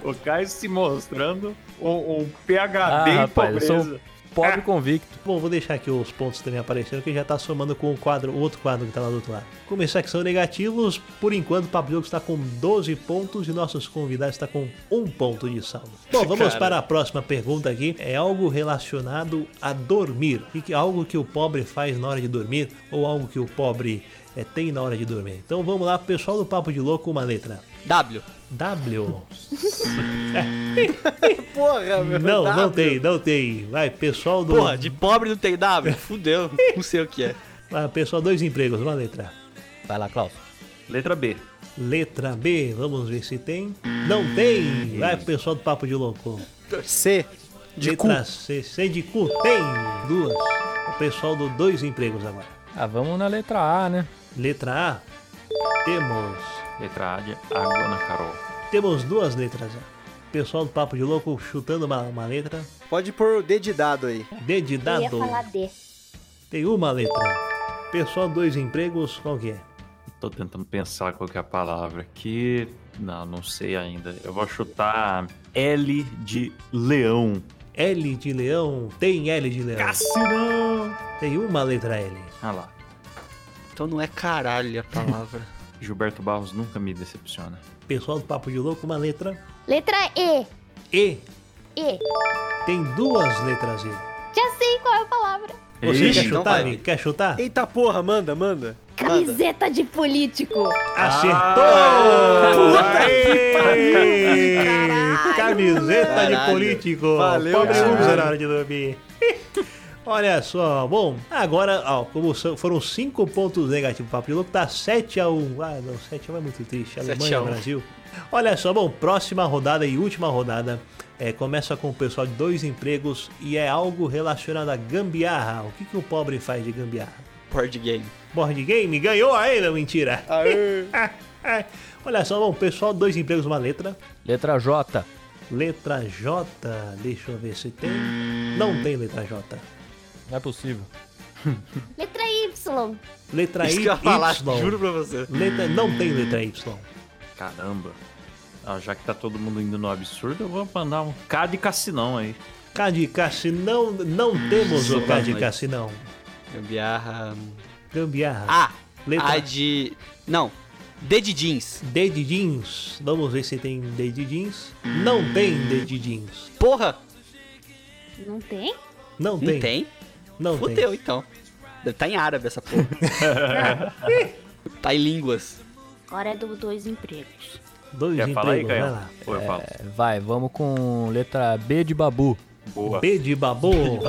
Speaker 7: O Caio se mostrando um, um PHD
Speaker 10: Ah,
Speaker 7: em
Speaker 10: rapaz, eu
Speaker 7: pobreza.
Speaker 10: sou
Speaker 8: Pobre convicto.
Speaker 10: Bom, vou deixar aqui os pontos também aparecendo, que já tá somando com o quadro, o outro quadro que tá lá do outro lado. Começar que são negativos, por enquanto o Papo de Louco está com 12 pontos e nossos convidados está com um ponto de saldo. Bom, vamos
Speaker 12: Cara.
Speaker 10: para a próxima pergunta aqui. É algo relacionado a dormir. E que algo que o pobre faz na hora de dormir, ou algo que o pobre eh, tem na hora de dormir. Então vamos lá, pessoal do Papo de Louco, uma letra.
Speaker 2: W.
Speaker 10: W.
Speaker 2: Porra,
Speaker 10: Não, não tem, não tem. Vai, pessoal do.
Speaker 2: Porra, de pobre não tem W? Fudeu, não sei o que é.
Speaker 10: Vai, Ah, pessoal, dois empregos, uma letra.
Speaker 8: Vai lá, Klaus.
Speaker 7: Letra B.
Speaker 10: Letra B, vamos ver se tem. Não tem! Vai, pessoal do Papo de Louco.
Speaker 3: C.
Speaker 10: De Letra C, C de cu. Tem! Duas. O pessoal do Dois Empregos agora.
Speaker 8: Ah, vamos na letra A, né?
Speaker 10: Letra A, temos.
Speaker 7: Letra A de água na Carol.
Speaker 10: Temos duas letras. ó. Pessoal do Papo de Louco chutando uma, uma letra.
Speaker 3: Pode pôr o D de dado aí.
Speaker 10: D de
Speaker 4: Eu ia
Speaker 10: dado.
Speaker 4: falar D.
Speaker 10: Tem uma letra. Pessoal Dois Empregos, qual que é?
Speaker 7: Tô tentando pensar qual que é a palavra aqui. Não, não sei ainda. Eu vou chutar L de leão.
Speaker 10: L de leão. Tem L de leão.
Speaker 7: Cacirão!
Speaker 10: Tem uma letra L.
Speaker 7: Ah lá.
Speaker 2: Então não é caralho a palavra.
Speaker 7: Gilberto Barros nunca me decepciona.
Speaker 10: Pessoal do Papo de Louco, uma letra.
Speaker 4: Letra E.
Speaker 10: E.
Speaker 4: E.
Speaker 10: Tem duas letras E.
Speaker 4: Já sei qual é a palavra.
Speaker 10: Você
Speaker 7: Ixi,
Speaker 10: quer
Speaker 7: então
Speaker 10: chutar,
Speaker 7: vai.
Speaker 10: amigo? Quer chutar?
Speaker 3: Eita porra, manda, manda.
Speaker 4: Camiseta de político.
Speaker 10: Acertou! Ah, Aê! Camiseta de
Speaker 3: Caralho.
Speaker 10: político!
Speaker 3: Valeu,
Speaker 10: Pobre
Speaker 3: caralho.
Speaker 10: usa na hora de dormir. Olha só, bom, agora, ó, como são- foram cinco pontos negativos para o piloto, tá 7 a 1 Ah, não, 7 a 1 é muito triste. Alemanha,
Speaker 2: a 1.
Speaker 10: Brasil. Olha só, bom, próxima rodada e última rodada. é, começa com o pessoal de dois empregos e é algo relacionado a gambiarra. O que, que o pobre faz de gambiarra?
Speaker 2: Board game.
Speaker 10: Board game ganhou ainda, mentira.
Speaker 2: Aê.
Speaker 10: Olha só, bom, pessoal, dois empregos, uma letra.
Speaker 8: Letra J.
Speaker 10: Letra J, deixa eu ver se tem. Não tem letra J.
Speaker 8: Não é possível.
Speaker 4: Letra Y.
Speaker 10: Letra
Speaker 2: Isso
Speaker 10: I,
Speaker 2: que eu ia falar,
Speaker 10: Tá Y.
Speaker 2: juro pra você.
Speaker 10: Letra, não tem letra Y.
Speaker 7: Caramba. Ah, já que tá todo mundo indo no absurdo, eu vou mandar um K de cassinão aí.
Speaker 10: K de cassinão, não temos o K de cassinão.
Speaker 2: Gambiarra.
Speaker 10: Gambiarra.
Speaker 2: A.
Speaker 10: Letra.
Speaker 2: A de. Não. D de jeans.
Speaker 10: D de jeans. Vamos ver se tem D de jeans. Não tem D de jeans.
Speaker 2: Porra!
Speaker 4: Não tem?
Speaker 10: Não
Speaker 2: Não
Speaker 10: tem.
Speaker 2: tem?
Speaker 10: Não tem.
Speaker 2: Fudeu então. Deve tá em árabe essa porra. tá em línguas.
Speaker 4: Agora é do dois empregos.
Speaker 10: Dois
Speaker 7: Quer falar aí,
Speaker 10: empregos, vai
Speaker 7: Caio?
Speaker 10: lá. É.
Speaker 7: Ou eu falo?
Speaker 8: É, Vai, vamos com letra B de babu.
Speaker 7: Boa.
Speaker 10: B de babu.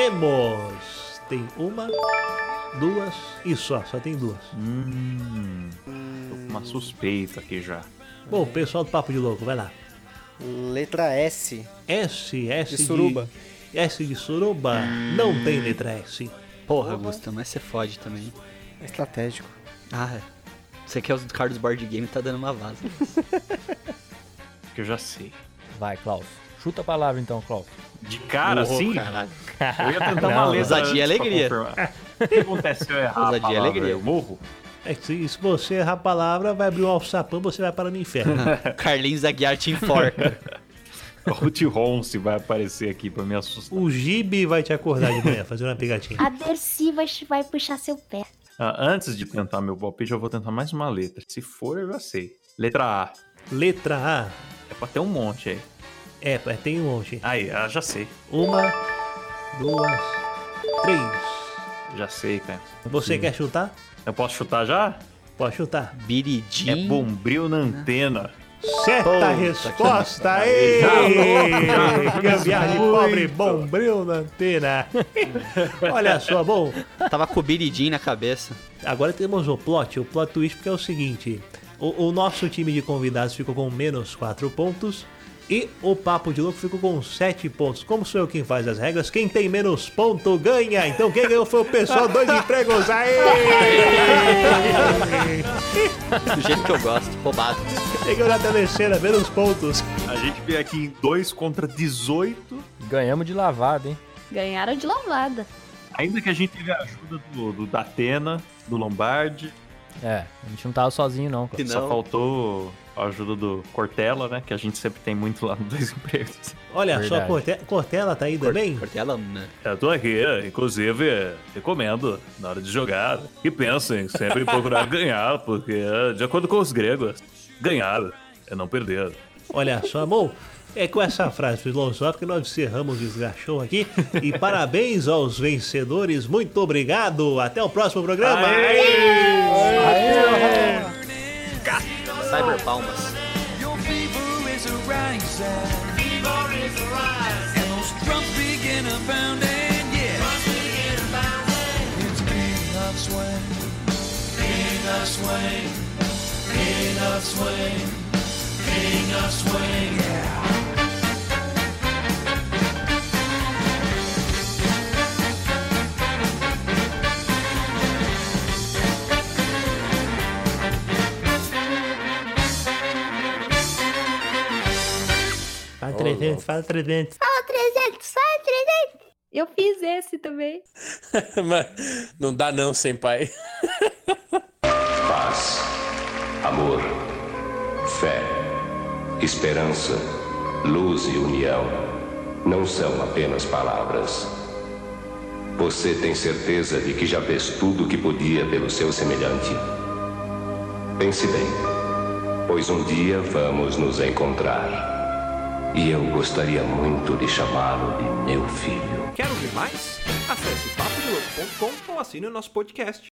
Speaker 10: Temos. Tem uma, duas e só. Só tem duas.
Speaker 7: Hum, tô com uma suspeita aqui já.
Speaker 10: Bom, pessoal do Papo de Louco, vai lá.
Speaker 3: Letra S.
Speaker 10: S, S de...
Speaker 3: De suruba.
Speaker 10: S de suruba. Não tem letra S.
Speaker 2: Porra, Augusto, mas você fode também.
Speaker 3: Estratégico.
Speaker 2: Ah, você quer os cards board game tá dando uma vaza.
Speaker 7: Que eu já sei.
Speaker 8: Vai, Klaus. Chuta a palavra então, Klaus.
Speaker 7: De cara,
Speaker 2: Porra,
Speaker 7: sim?
Speaker 2: caralho.
Speaker 7: Eu ia tentar uma
Speaker 8: Não,
Speaker 7: letra
Speaker 2: ousadia e
Speaker 7: antes pra
Speaker 2: alegria.
Speaker 7: confirmar. O que acontece se eu errar? a
Speaker 2: Ousadia e
Speaker 7: palavra?
Speaker 2: alegria.
Speaker 7: Eu morro?
Speaker 10: É que se, se você errar a palavra, vai abrir um alçapão, você vai para o inferno.
Speaker 2: Carlinhos Aguiar te enforca.
Speaker 7: O T-Ronce vai aparecer aqui pra me assustar.
Speaker 10: o Gibi vai te acordar de manhã, fazer uma pegadinha.
Speaker 4: A Dercy vai, vai puxar seu pé.
Speaker 7: Ah, antes de tentar meu palpite, eu vou tentar mais uma letra. Se for, eu já sei. Letra A.
Speaker 10: Letra A.
Speaker 7: É pra ter um monte aí.
Speaker 10: É, pá, tem um monte.
Speaker 7: Aí, ah, já sei.
Speaker 10: Uma, duas, três.
Speaker 7: Já sei, cara.
Speaker 10: Você quer chutar?
Speaker 7: Eu posso chutar já?
Speaker 10: Pode chutar.
Speaker 2: Biridim.
Speaker 7: É bombril na antena.
Speaker 10: Certa
Speaker 2: Puta
Speaker 10: resposta! Aê! Gambiarra de pobre, bombril na antena. Olha só, bom,
Speaker 2: Tava com o biridim na cabeça.
Speaker 10: agora temos o plot, o plot twist, que é o seguinte. O, o nosso time de convidados ficou com menos 4 pontos E o Papo de Louco ficou com 7 pontos. Como sou eu quem faz as regras, quem tem menos ponto ganha. Então quem ganhou foi o pessoal dois empregos. Aê!
Speaker 2: Do jeito que eu gosto, roubado.
Speaker 10: Quem ganhou na teleceira, menos pontos.
Speaker 7: A gente veio aqui em 2 contra 18.
Speaker 8: Ganhamos de lavada, hein?
Speaker 11: Ganharam de lavada.
Speaker 7: Ainda que a gente teve a ajuda do, do da Atena, do Lombardi.
Speaker 8: É, a gente não tava sozinho, não. cara.
Speaker 7: Só faltou a ajuda do Cortella, né? Que a gente sempre tem muito lá no Dois Empregos.
Speaker 10: Olha só,
Speaker 7: Verdade.
Speaker 10: Corte- Cortella tá aí também?
Speaker 2: Cortella, né?
Speaker 7: Eu É, tô aqui, inclusive, eh, recomendo, na hora de jogar, que pensem sempre em procurar ganhar, porque, eh, de acordo com os gregos, ganhar é não perder.
Speaker 10: Olha só, bom, é com essa frase filosófica que nós encerramos o desgachão aqui. E parabéns aos vencedores, muito obrigado. Até o próximo programa.
Speaker 2: Cyber Palmas.
Speaker 9: Your fever is arising. Fever is arising. And those drums begin a pounding. Yeah. Drums begin a pounding. It's beating up swing. Beating up swing. Beating up swing. Beating up swing. Yeah.
Speaker 10: Fala 300, fala 300.
Speaker 4: Fala 300, fala 300.
Speaker 11: Eu fiz esse também.
Speaker 5: Mas não dá não sem pai.
Speaker 12: Paz, amor, fé, esperança, luz e união não são apenas palavras. Você tem certeza de que já fez tudo o que podia pelo seu semelhante. Pense bem, pois um dia vamos nos encontrar. E eu gostaria muito de chamá-lo de meu filho.
Speaker 1: Quer ouvir mais? Acesse papodilouco.com ou assine o nosso podcast.